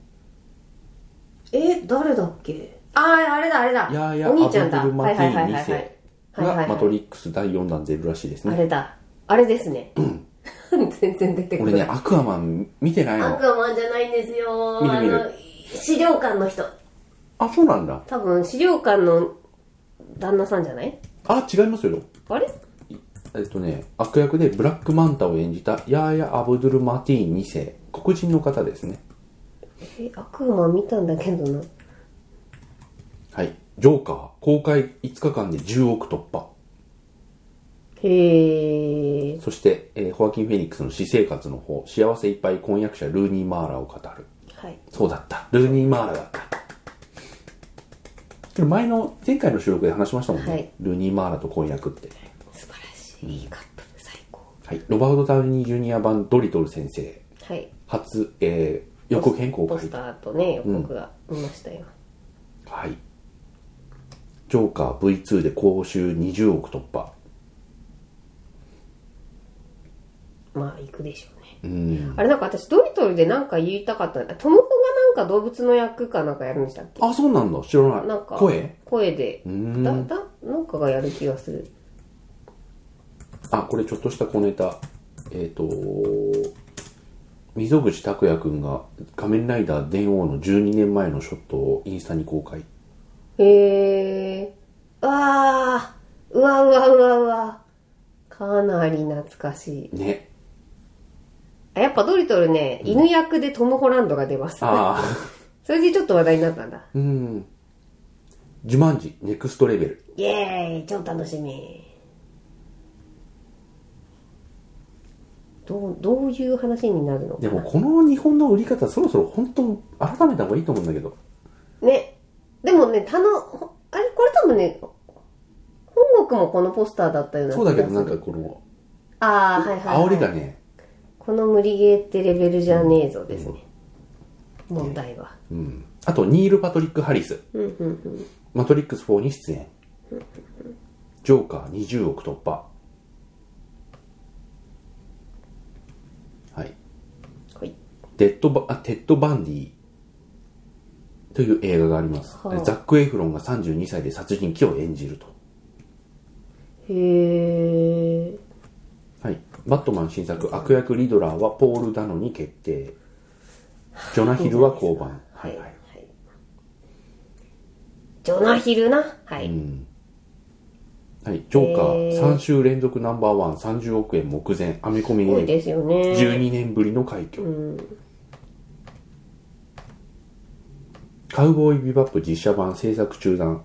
B: え、誰だっけああ、あれだ、あれだ。
A: ヤーヤ・
B: お
A: ア
B: 兄ちゃんだ。
A: ブドゥル・
B: は
A: マ
B: い
A: テ
B: は
A: ィー
B: いはい
A: ン
B: はい
A: 2世。
B: はいはいはいは
A: が
B: い
A: マトリックス第4弾出るらしいです
B: あ
A: ね
B: れだ。あれですね。 全然出てこ
A: 俺
B: ない
A: ね。アクアマン見てない
B: ア
A: の
B: クアマンじゃないんですよ。
A: 見る見る
B: あの、資料館の人。
A: あそうなんだ
B: 多分資料館の旦那さんじゃない
A: あ違いますよ
B: あれ
A: えっとね悪役でブラックマンタを演じたヤーヤ・アブドゥル・マティーン2世黒人の方ですね
B: え悪魔見たんだけどな
A: はい。ジョーカー、公開5日間で10億突破。
B: へえ。
A: そして、えーホアキン・フェニックスの私生活の方、幸せいっぱい婚約者ルーニー・マーラを語る。
B: はい。
A: そうだった。ルーニー・マーラだった。これ前の、前回の収録で話しましたもんね。
B: はい
A: ルーニー・マーラと婚約って。
B: 素晴らしい。いいカップル、最高。
A: はい。ロバート・タウニー・ジュニア版ドリトル先生。
B: はい。
A: 初、えー、予告変更
B: ポ
A: 会
B: ス。ターとね、予告が見ましたよ。
A: はい。ジョーカー V2 で公衆20億突破。
B: まあ、行くでしょうね。
A: うん。
B: あれなんか私ドリトルでなんか言いたかったトムコがなんか動物の役かなんかやるんでしたっけ
A: あ、そうなんだ。知らない。
B: なんか
A: 声
B: 声で
A: う
B: だ
A: ん。
B: だなんかがやる気がする
A: あ、これちょっとした小ネタ。えっ、と溝口拓也くんが仮面ライダー電王の12年前のショットをインスタに公開。
B: へえあーうわうわうわうわかなり懐かしい
A: ね。
B: あやっぱドリトルね、犬役でトム・ホランドが出ます
A: ああ。
B: それでちょっと話題になったんだ
A: うん。ジュマンジ、ネクストレベル。
B: イエーイ超楽しみどうどういう話になるのか
A: で
B: な
A: もこの日本の売り方そろそろ本当改めた方がいいと思うんだけど。
B: ね。でもね、たの、ほあれ、これ多分ね、本国もこのポスターだったような
A: そうだけどなんかこの、
B: ああ、はいはい、はい。
A: 煽りがね、
B: この無理ゲーってレベルじゃねえぞですね。問題は。
A: うん。あと、ニール・パトリック・ハリス。
B: うんうんうん。
A: マトリックス4に出演。ジョーカー20億突破。はい。
B: はい。
A: デッドバ、あ、テッド・バンディという映画があります。
B: はあ
A: ザック・エフロンが32歳で殺人鬼を演じると。
B: へえ。
A: はい。バットマン新作、悪役リドラーはポール・ダノに決定。ジョナヒルは降板。は
B: はいい
A: は
B: はいい。。ジョナヒルな。はい。
A: はい。ジョーカ
B: へ
A: ー3
B: ー
A: 週連続ナンバーワン30億円目前。アメコミ
B: 多
A: 映
B: い
A: 画
B: ですよね。
A: 12年ぶりの快挙、
B: うん。
A: カウボーイビバップ実写版制作中断、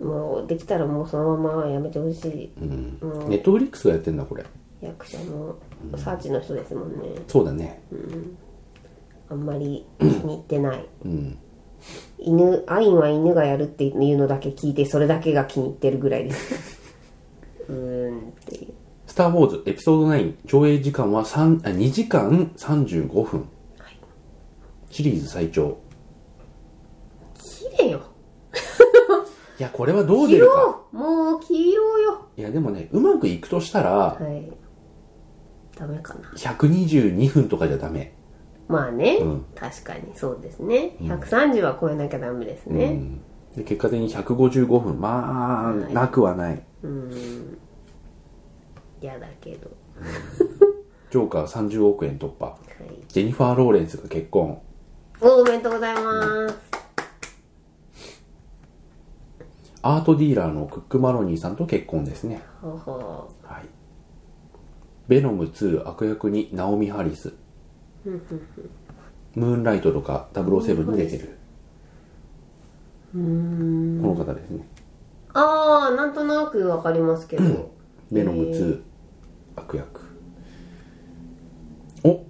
B: もう、できたらもうそのままやめてほしい。
A: うん
B: うん
A: ネットフリックスがやってんだこれ
B: 役者の、サーチの人ですもんね。
A: そうだね
B: あんまり気に入ってない。
A: うん
B: 犬アインは犬がやるっていうのだけ聞いてそれだけが気に入ってるぐらいです うーんっていう
A: 「スター・ウォーズ」エピソード9上映時間は3あ2時間35分
B: はい
A: シリーズ最長
B: 綺麗よ
A: いやこれはどう
B: 切
A: 出るか
B: ろうもう切ろうよ
A: いやでもねうまくいくとしたら
B: はいダメかな
A: 122分とかじゃダメ
B: まあね、
A: うん
B: 確かにそうですね130は超えなきゃダメです
A: う
B: ね
A: んで結果的に155分まあ、
B: はい
A: なくはない
B: 嫌、だけど
A: ジョーカー30億円突破
B: はい
A: ジェニファー・ローレンスが結婚
B: おおめでとうございます
A: アートディーラーのクック・マロニーさんと結婚ですね
B: ほうほ
A: はい。ベノム2悪役にナオミ・ハリス。ムーンライトとか007に出てる。この方ですね。
B: うああなんとなくわかりますけど
A: ベノム2悪役。お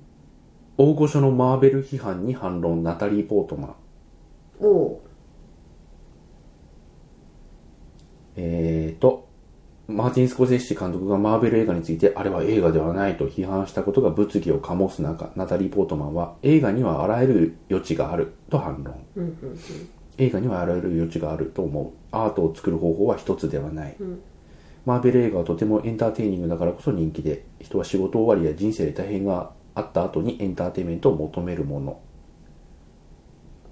A: 大御所のマーベル批判に反論、ナタリー・ポートマン。
B: おお
A: えーと、マーティン・スコセッシ監督がマーベル映画について、あれは映画ではないと批判したことが物議を醸す中、ナタリー・ポートマンは、映画にはあらゆる余地があると反論。映画にはあらゆる余地があると思う。アートを作る方法は一つではない。マーベル映画はとてもエンターテイニングだからこそ人気で、人は仕事終わりや人生で大変があった後にエンターテインメントを求めるもの。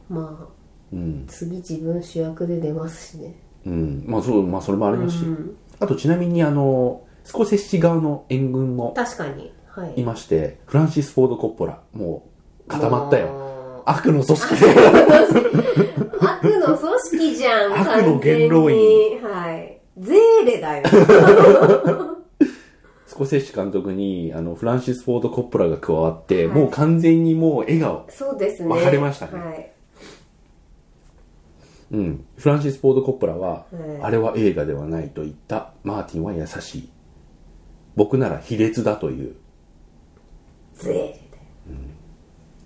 B: まあ
A: うん。
B: 次自分主役で出ますしね
A: うん。まあそう、まあそれもありますし。
B: うん
A: あとちなみにあの、スコセッシ側の援軍も
B: 確かにはい
A: いまして、フランシス・フォード・コッポラ、もう固まったよ。
B: よ
A: 悪の組織 で。
B: 悪の組織じゃん
A: 悪の
B: 完全に
A: 元老院
B: はいゼーレだよ
A: スコセッシ監督に、あの、フランシス・フォード・コッポラが加わって、もう完全にもう笑顔。
B: そうですね
A: わかりましたね
B: はい
A: うん。フランシス・フォード・コッポラは、
B: はい
A: あれは映画ではないと言った、マーティンは優しい。僕なら卑劣だという。
B: ぜ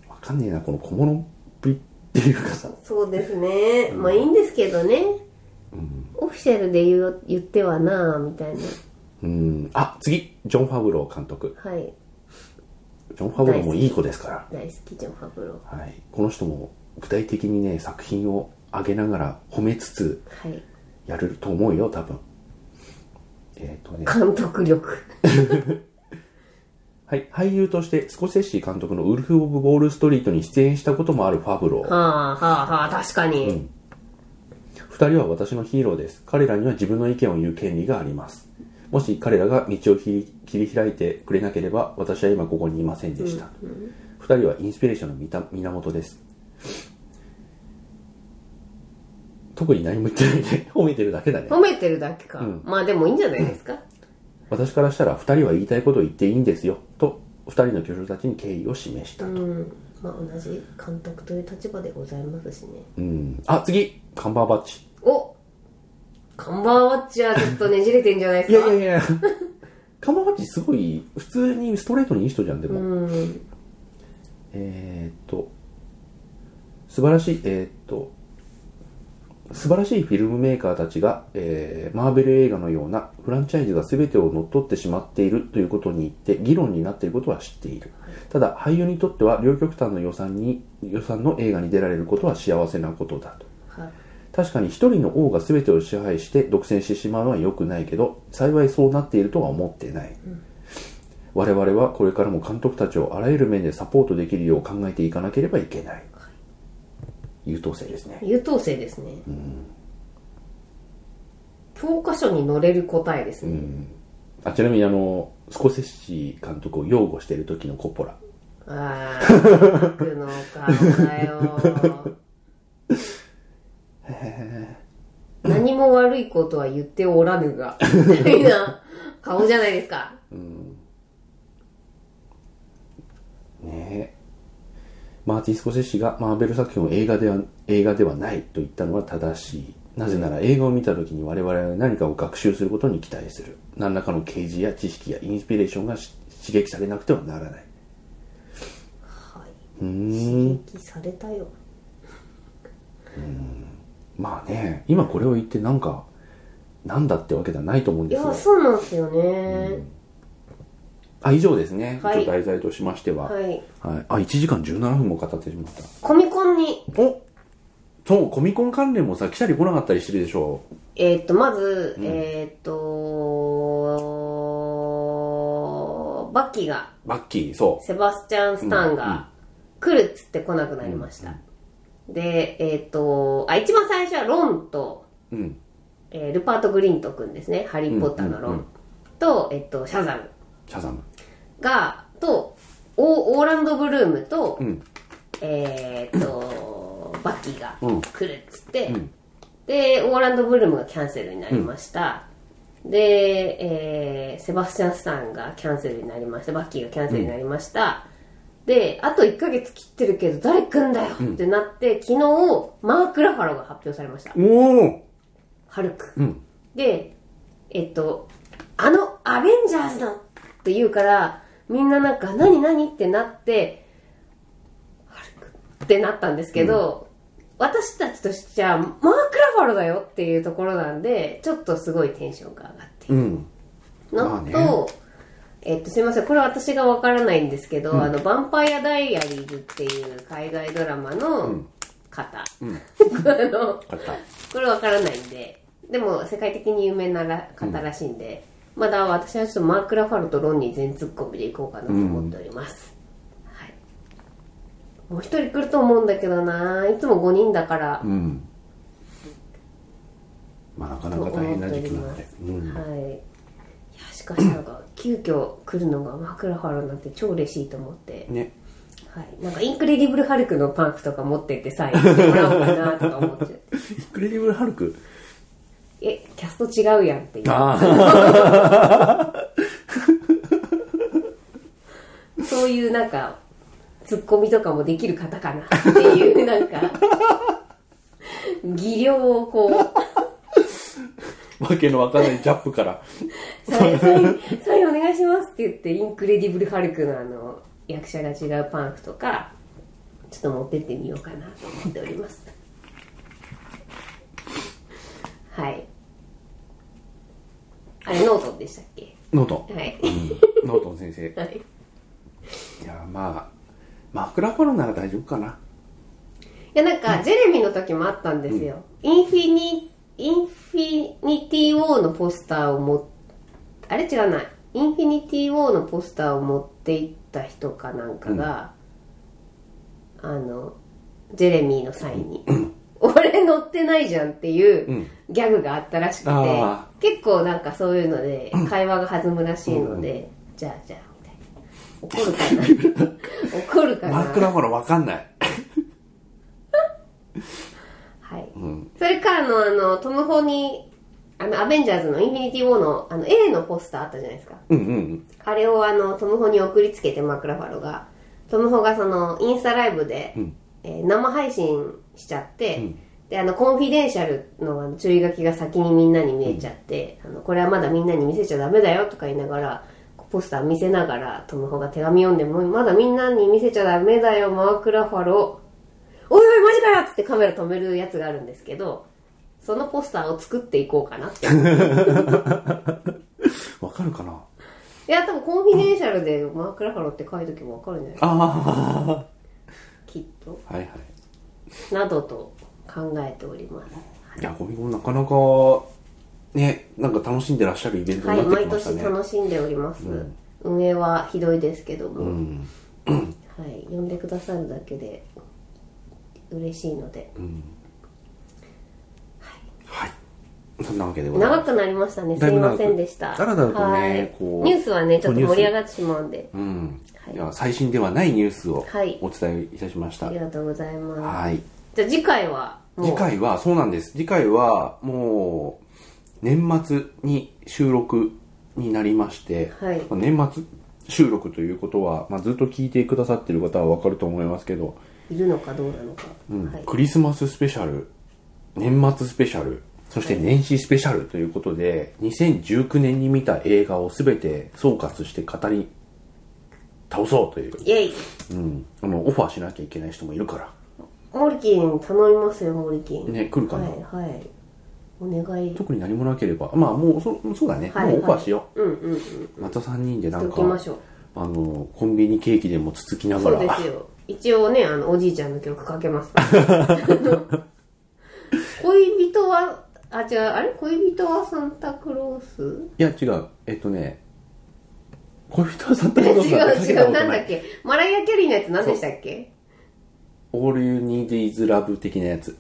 A: わかんねえな、この小物っぷりっていうかさ。
B: そうですね、まあいいんですけどね、オフィシャルで言う言ってはなあみたいな
A: うん。あ、次、ジョン・ファブロー監督。
B: はい
A: ジョン・ファブローもいい子ですか
B: 大好きジョン・ファブロ
A: ら。はい。この人も具体的にね、作品を上げながら褒めつつ
B: ーはい
A: やると思うよ、多分。えっ、とね。
B: 監督力
A: はい、俳優としてスコセッシ監督のウルフ・オブ・ウォール・ストリートに出演したこともあるファブロー。
B: はあはあはあ確かに、
A: 二人は私のヒーローです。彼らには自分の意見を言う権利があります。もし彼らが道を切り切り開いてくれなければ、私は今ここにいませんでした。二、人はインスピレーションのみた源です。特に何も言ってないね。褒めてるだけだね。
B: 褒めてるだけか、まあでもいいんじゃないですか、
A: 私からしたら二人は言いたいことを言っていいんですよ。と、二人の巨匠たちに敬意を示したと。
B: うんまあ同じ監督という立場でございますしね
A: うん。あ、次カンバーバッチ。
B: お看板ワッチはずっとねじれてんじゃない
A: い
B: です
A: や
B: か
A: いやい や。カマバチすごい、普通にストレートにいい人じゃん、でも。
B: うん
A: えーっと、素晴らしい、えーっと、素晴らしいフィルムメーカーたちが、えーマーベル映画のようなフランチャイズが全てを乗っ取ってしまっているということに言って議論になっていることは知っている。ただ、俳優にとっては両極端の予算に、予算の映画に出られることは幸せなことだと。
B: はい
A: 確かに一人の王が全てを支配して独占してしまうのは良くないけど幸いそうなっているとは思ってない、我々はこれからも監督たちをあらゆる面でサポートできるよう考えていかなければいけない、優等生ですね
B: 優等生ですね、教科書に載れる答えですね、
A: あちなみにあのスコセッシ監督を擁護している時のコッポラ
B: ああ悪の顔だよ何も悪いことは言っておらぬがみたいな顔じゃないですか
A: ねえマーティン・スコセッシがマーベル作品を映画では映画ではないと言ったのは正しいなぜなら映画を見た時に我々は何かを学習することに期待する何らかの啓示や知識やインスピレーションがし刺激されなくてはならない
B: は
A: うー
B: い
A: ん
B: 刺激されたよ
A: まあね今これを言ってなんかなんだってわけではないと思うん
B: い
A: です
B: や
A: よ
B: そうなんですよね、
A: あ以上ですね、
B: はい
A: 一応題材としましては、はい
B: はい
A: あ1時間17分も語ってしまった
B: コミコンに
A: おそうコミコン関連もさ来たり来なかったりしてるでしょ
B: えーっと、まず、えーっと、バッキーが、
A: バッキーそう
B: セバスチャン・スタン
A: うんうん
B: が、来るっつって来なくなりました。で、えーっと、あ、一番最初はロンと、
A: うん
B: えールパート・グリントくんですね。ハリー・ポッターのロン。
A: うんうん
B: と、えーっと、シャザム
A: シャザム
B: が、と、オーオーランド・ブルームと、
A: ん
B: えーっと、バッキーが
A: うん
B: 来るっつって、
A: うん
B: で、オーランド・ブルームがキャンセルになりました。で、えーセバスチャン・スタンがキャンセルになりました。バッキーがキャンセルになりました。で、あと1ヶ月切ってるけど、誰来んだよってなって、昨日、マーク・ラファロが発表されました。
A: おお
B: ハルク。
A: うん
B: で、えっと、あのアベンジャーズだって言うから、みんななんか、何何ってなって、ってなったんですけど、私たちとしては、マーク・ラファロだよっていうところなんで、ちょっとすごいテンションが上がってい
A: うん
B: るのと、
A: まあね
B: えっと、すいません、これは私がわからないんですけど、あの、ヴァンパイア・ダイアリーズっていう海外ドラマの方、あの、
A: 買った
B: これわからないんで、でも世界的に有名なら方らしいんで、まだ私はちょっとマーク・ラファロとロンに全ツッコミでいこうかなと思っております。はい。もう一人来ると思うんだけどないつも5人だから、
A: うんまあなかな
B: と
A: か大
B: 思
A: 変
B: って
A: な
B: お
A: 時
B: り
A: 期なの
B: ま、。
A: ですうん
B: はい。いや、しかしなんか、 急遽来るのがマーク・ラファロなんて超嬉しいと思って、
A: ね
B: はい。なんか、インクレディブル・ハルクのパンクとか持ってってサインしてもらおうかなとか思って、
A: インクレディブル・ハルク
B: え、キャスト違うやんっていう。
A: あ
B: そういうなんか、ツッコミとかもできる方かなっていう、なんか、技量をこ
A: あ わけのわからないジャップから
B: う、サイン、サインサインお願いしって言って、インクレディブル・ハルクのあの、役者が違うパンフとか、ちょっと持ってってみようかなと思っております。はい。あれ、ノートでしたっけ
A: ノート。
B: はい。
A: ノートン先生。
B: はい。
A: いや、まあ、枕フォロなら大丈夫かな。
B: いやなんか、ジェレミーの時もあったんですよ。インフィニ、インフィニティ・ウォーのポスターを持っあれ違うな。インフィニティ・ウォーのポスターを持っていった人かなんかが、あの、ジェレミーの際に、俺乗ってないじゃんっていううギャグがあったらしくて、
A: あ
B: 結構なんかそういうので、会話が弾むらしいので、じゃあじゃあ、みたいな。怒るか な怒るかな
A: 枕フォロわかんない。
B: はい。
A: うん。
B: それか、あの、あの、トム・ホニー、あの、アベンジャーズのインフィニティ・ウォーの、あの、A のポスターあったじゃないですか。
A: うんうん
B: あれを、あの、トム・ホに送りつけて、マクラファロが。トム・ホが、その、インスタライブで、
A: うん
B: えー生配信しちゃって、で、あの、コンフィデンシャルのあの注意書きが先にみんなに見えちゃって、あの、これはまだみんなに見せちゃダメだよとか言いながら、ポスター見せながら、トム・ホが手紙読んで、もうまだみんなに見せちゃダメだよ、マクラファロ。おいおい、マジかよっつってカメラ止めるやつがあるんですけど、そのポスターを作っていこうかなって。
A: うん。わかるかない
B: や、多分コンフィデンシャルでマーク・ラファロって書いとけばわかるんじゃないか
A: あ
B: きっと。
A: あ。はいはい。
B: などと考えております。
A: いや、ゴミゴンなかなか、ね、なんか楽しんでらっしゃるイベント
B: は
A: に
B: い、
A: なってき
B: 毎
A: ました
B: 年
A: ね。
B: 楽しんでおります。
A: うん
B: 運営はひどいですけども、
A: うん。
B: はい、呼んでくださるだけで嬉しいので。
A: はい。そんなわけでござい
B: 長
A: ます。
B: くなりましたね。す
A: だい
B: い
A: ぶ長
B: ま
A: く
B: せんでした。
A: だらだらとね
B: はい
A: こう
B: ニュースはね、ちょっ
A: こう
B: と
A: ニュース
B: 盛り上がってしまうんで。
A: うん。
B: はい
A: いや、最新ではないニュースを
B: はい
A: お伝えいたしました。
B: あり
A: はい。
B: がとうございます。じゃあ次回は、も
A: 次
B: う、
A: 回は、そうなんです。次回は、もう、年末に収録になりまして、
B: はい
A: まあ年末収録ということは、まあ、ずっと聞いてくださってる方はわかると思いますけど、
B: いるのかどうなのか。
A: うん
B: はい。
A: クリスマススペシャル、年末スペシャル、そして年始スペシャルということで、2019年に見た映画を全て総括して語り倒そうという、
B: イェイ
A: うん、あのオファーしなきゃいけない人もいるから。
B: モリキン頼みますよ、モリキン。
A: ね、来るか
B: は
A: な、
B: いはいお願い
A: 特に何もなければ、まあもうそ、そうだね、
B: はい
A: もうオファーしよ
B: うんうんうんし
A: う。また3人でなん
B: と
A: か、
B: きましょう
A: あの、コンビニケーキでもつつきなが
B: そうで
A: ら
B: す、よ一応ねあのおじいちゃんの曲か けます恋人はあ違うあれ恋人はサンタクロース
A: いや違う、えっとね、恋人はサンタク
B: 違
A: ロ
B: う
A: ースなんてか
B: 違
A: けた
B: う
A: こ
B: な
A: と
B: ん
A: な
B: だっ
A: い。
B: けマライア・キャリーのやつ何でしたっけ
A: All you need is love 的なやつ。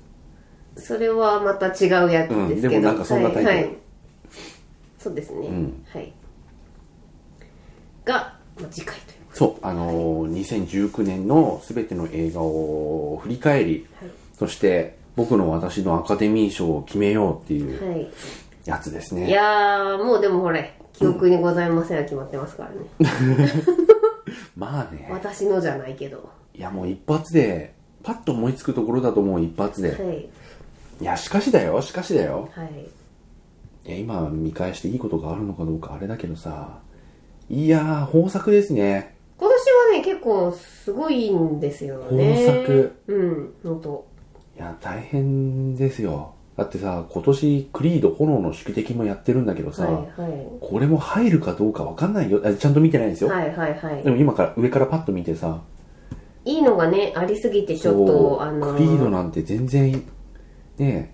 B: それはまた違うやつですけど、
A: うんでもなんかそんなタイトル
B: はいはいそうですね、
A: ん
B: はいが、まあ、次回という
A: そう、あのー2019年の全ての映画を振り返り、
B: はい
A: そして僕の私のアカデミー賞を決めようってい
B: こと
A: う
B: ではい
A: やつです
B: い
A: ね。
B: やー、もうでもほれ、記憶にございませんは決まってますからね。
A: まあね。
B: 私のじゃないけど。
A: いやもう一発で、パッと思いつくところだともう一発で。
B: はい。
A: いや、しかしだよ、しかしだよ。
B: はい。
A: いや、今見返していいことがあるのかどうかあれだけどさ。いやー、豊作ですね。
B: 今年はね、結構すごいんですよね。
A: 豊作。
B: うん、ほんと。
A: いや、大変ですよ。だってさ、今年、クリード炎の宿敵もやってるんだけどさ、
B: はいはい。
A: これも入るかどうかわかんないよ。あちゃんと見てないんですよ。
B: はいはいはい
A: で。も今から、上からパッと見てさ、
B: いいのがね、ありすぎてちょっ
A: そう
B: と、あの
A: クリードなんて全然、ね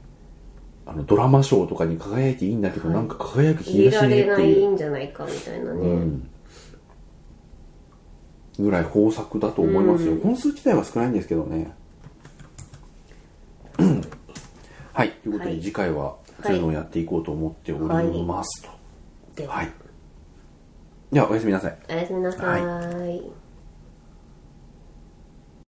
A: あの、ドラマ賞とかに輝いていいんだけど、なんか輝く
B: 入
A: 気
B: れ
A: が
B: ら
A: しねえ
B: れ
A: っ
B: な
A: て
B: い
A: いう。
B: んじゃないかみたいなね。
A: うんぐらい豊作だと思いますよ、本数自体は少ないんですけどねはいということで、
B: はい
A: 次回はそういうのをやっていこうと思っておりますと
B: で
A: はい、ではおやすみなさい
B: おやすみなさーい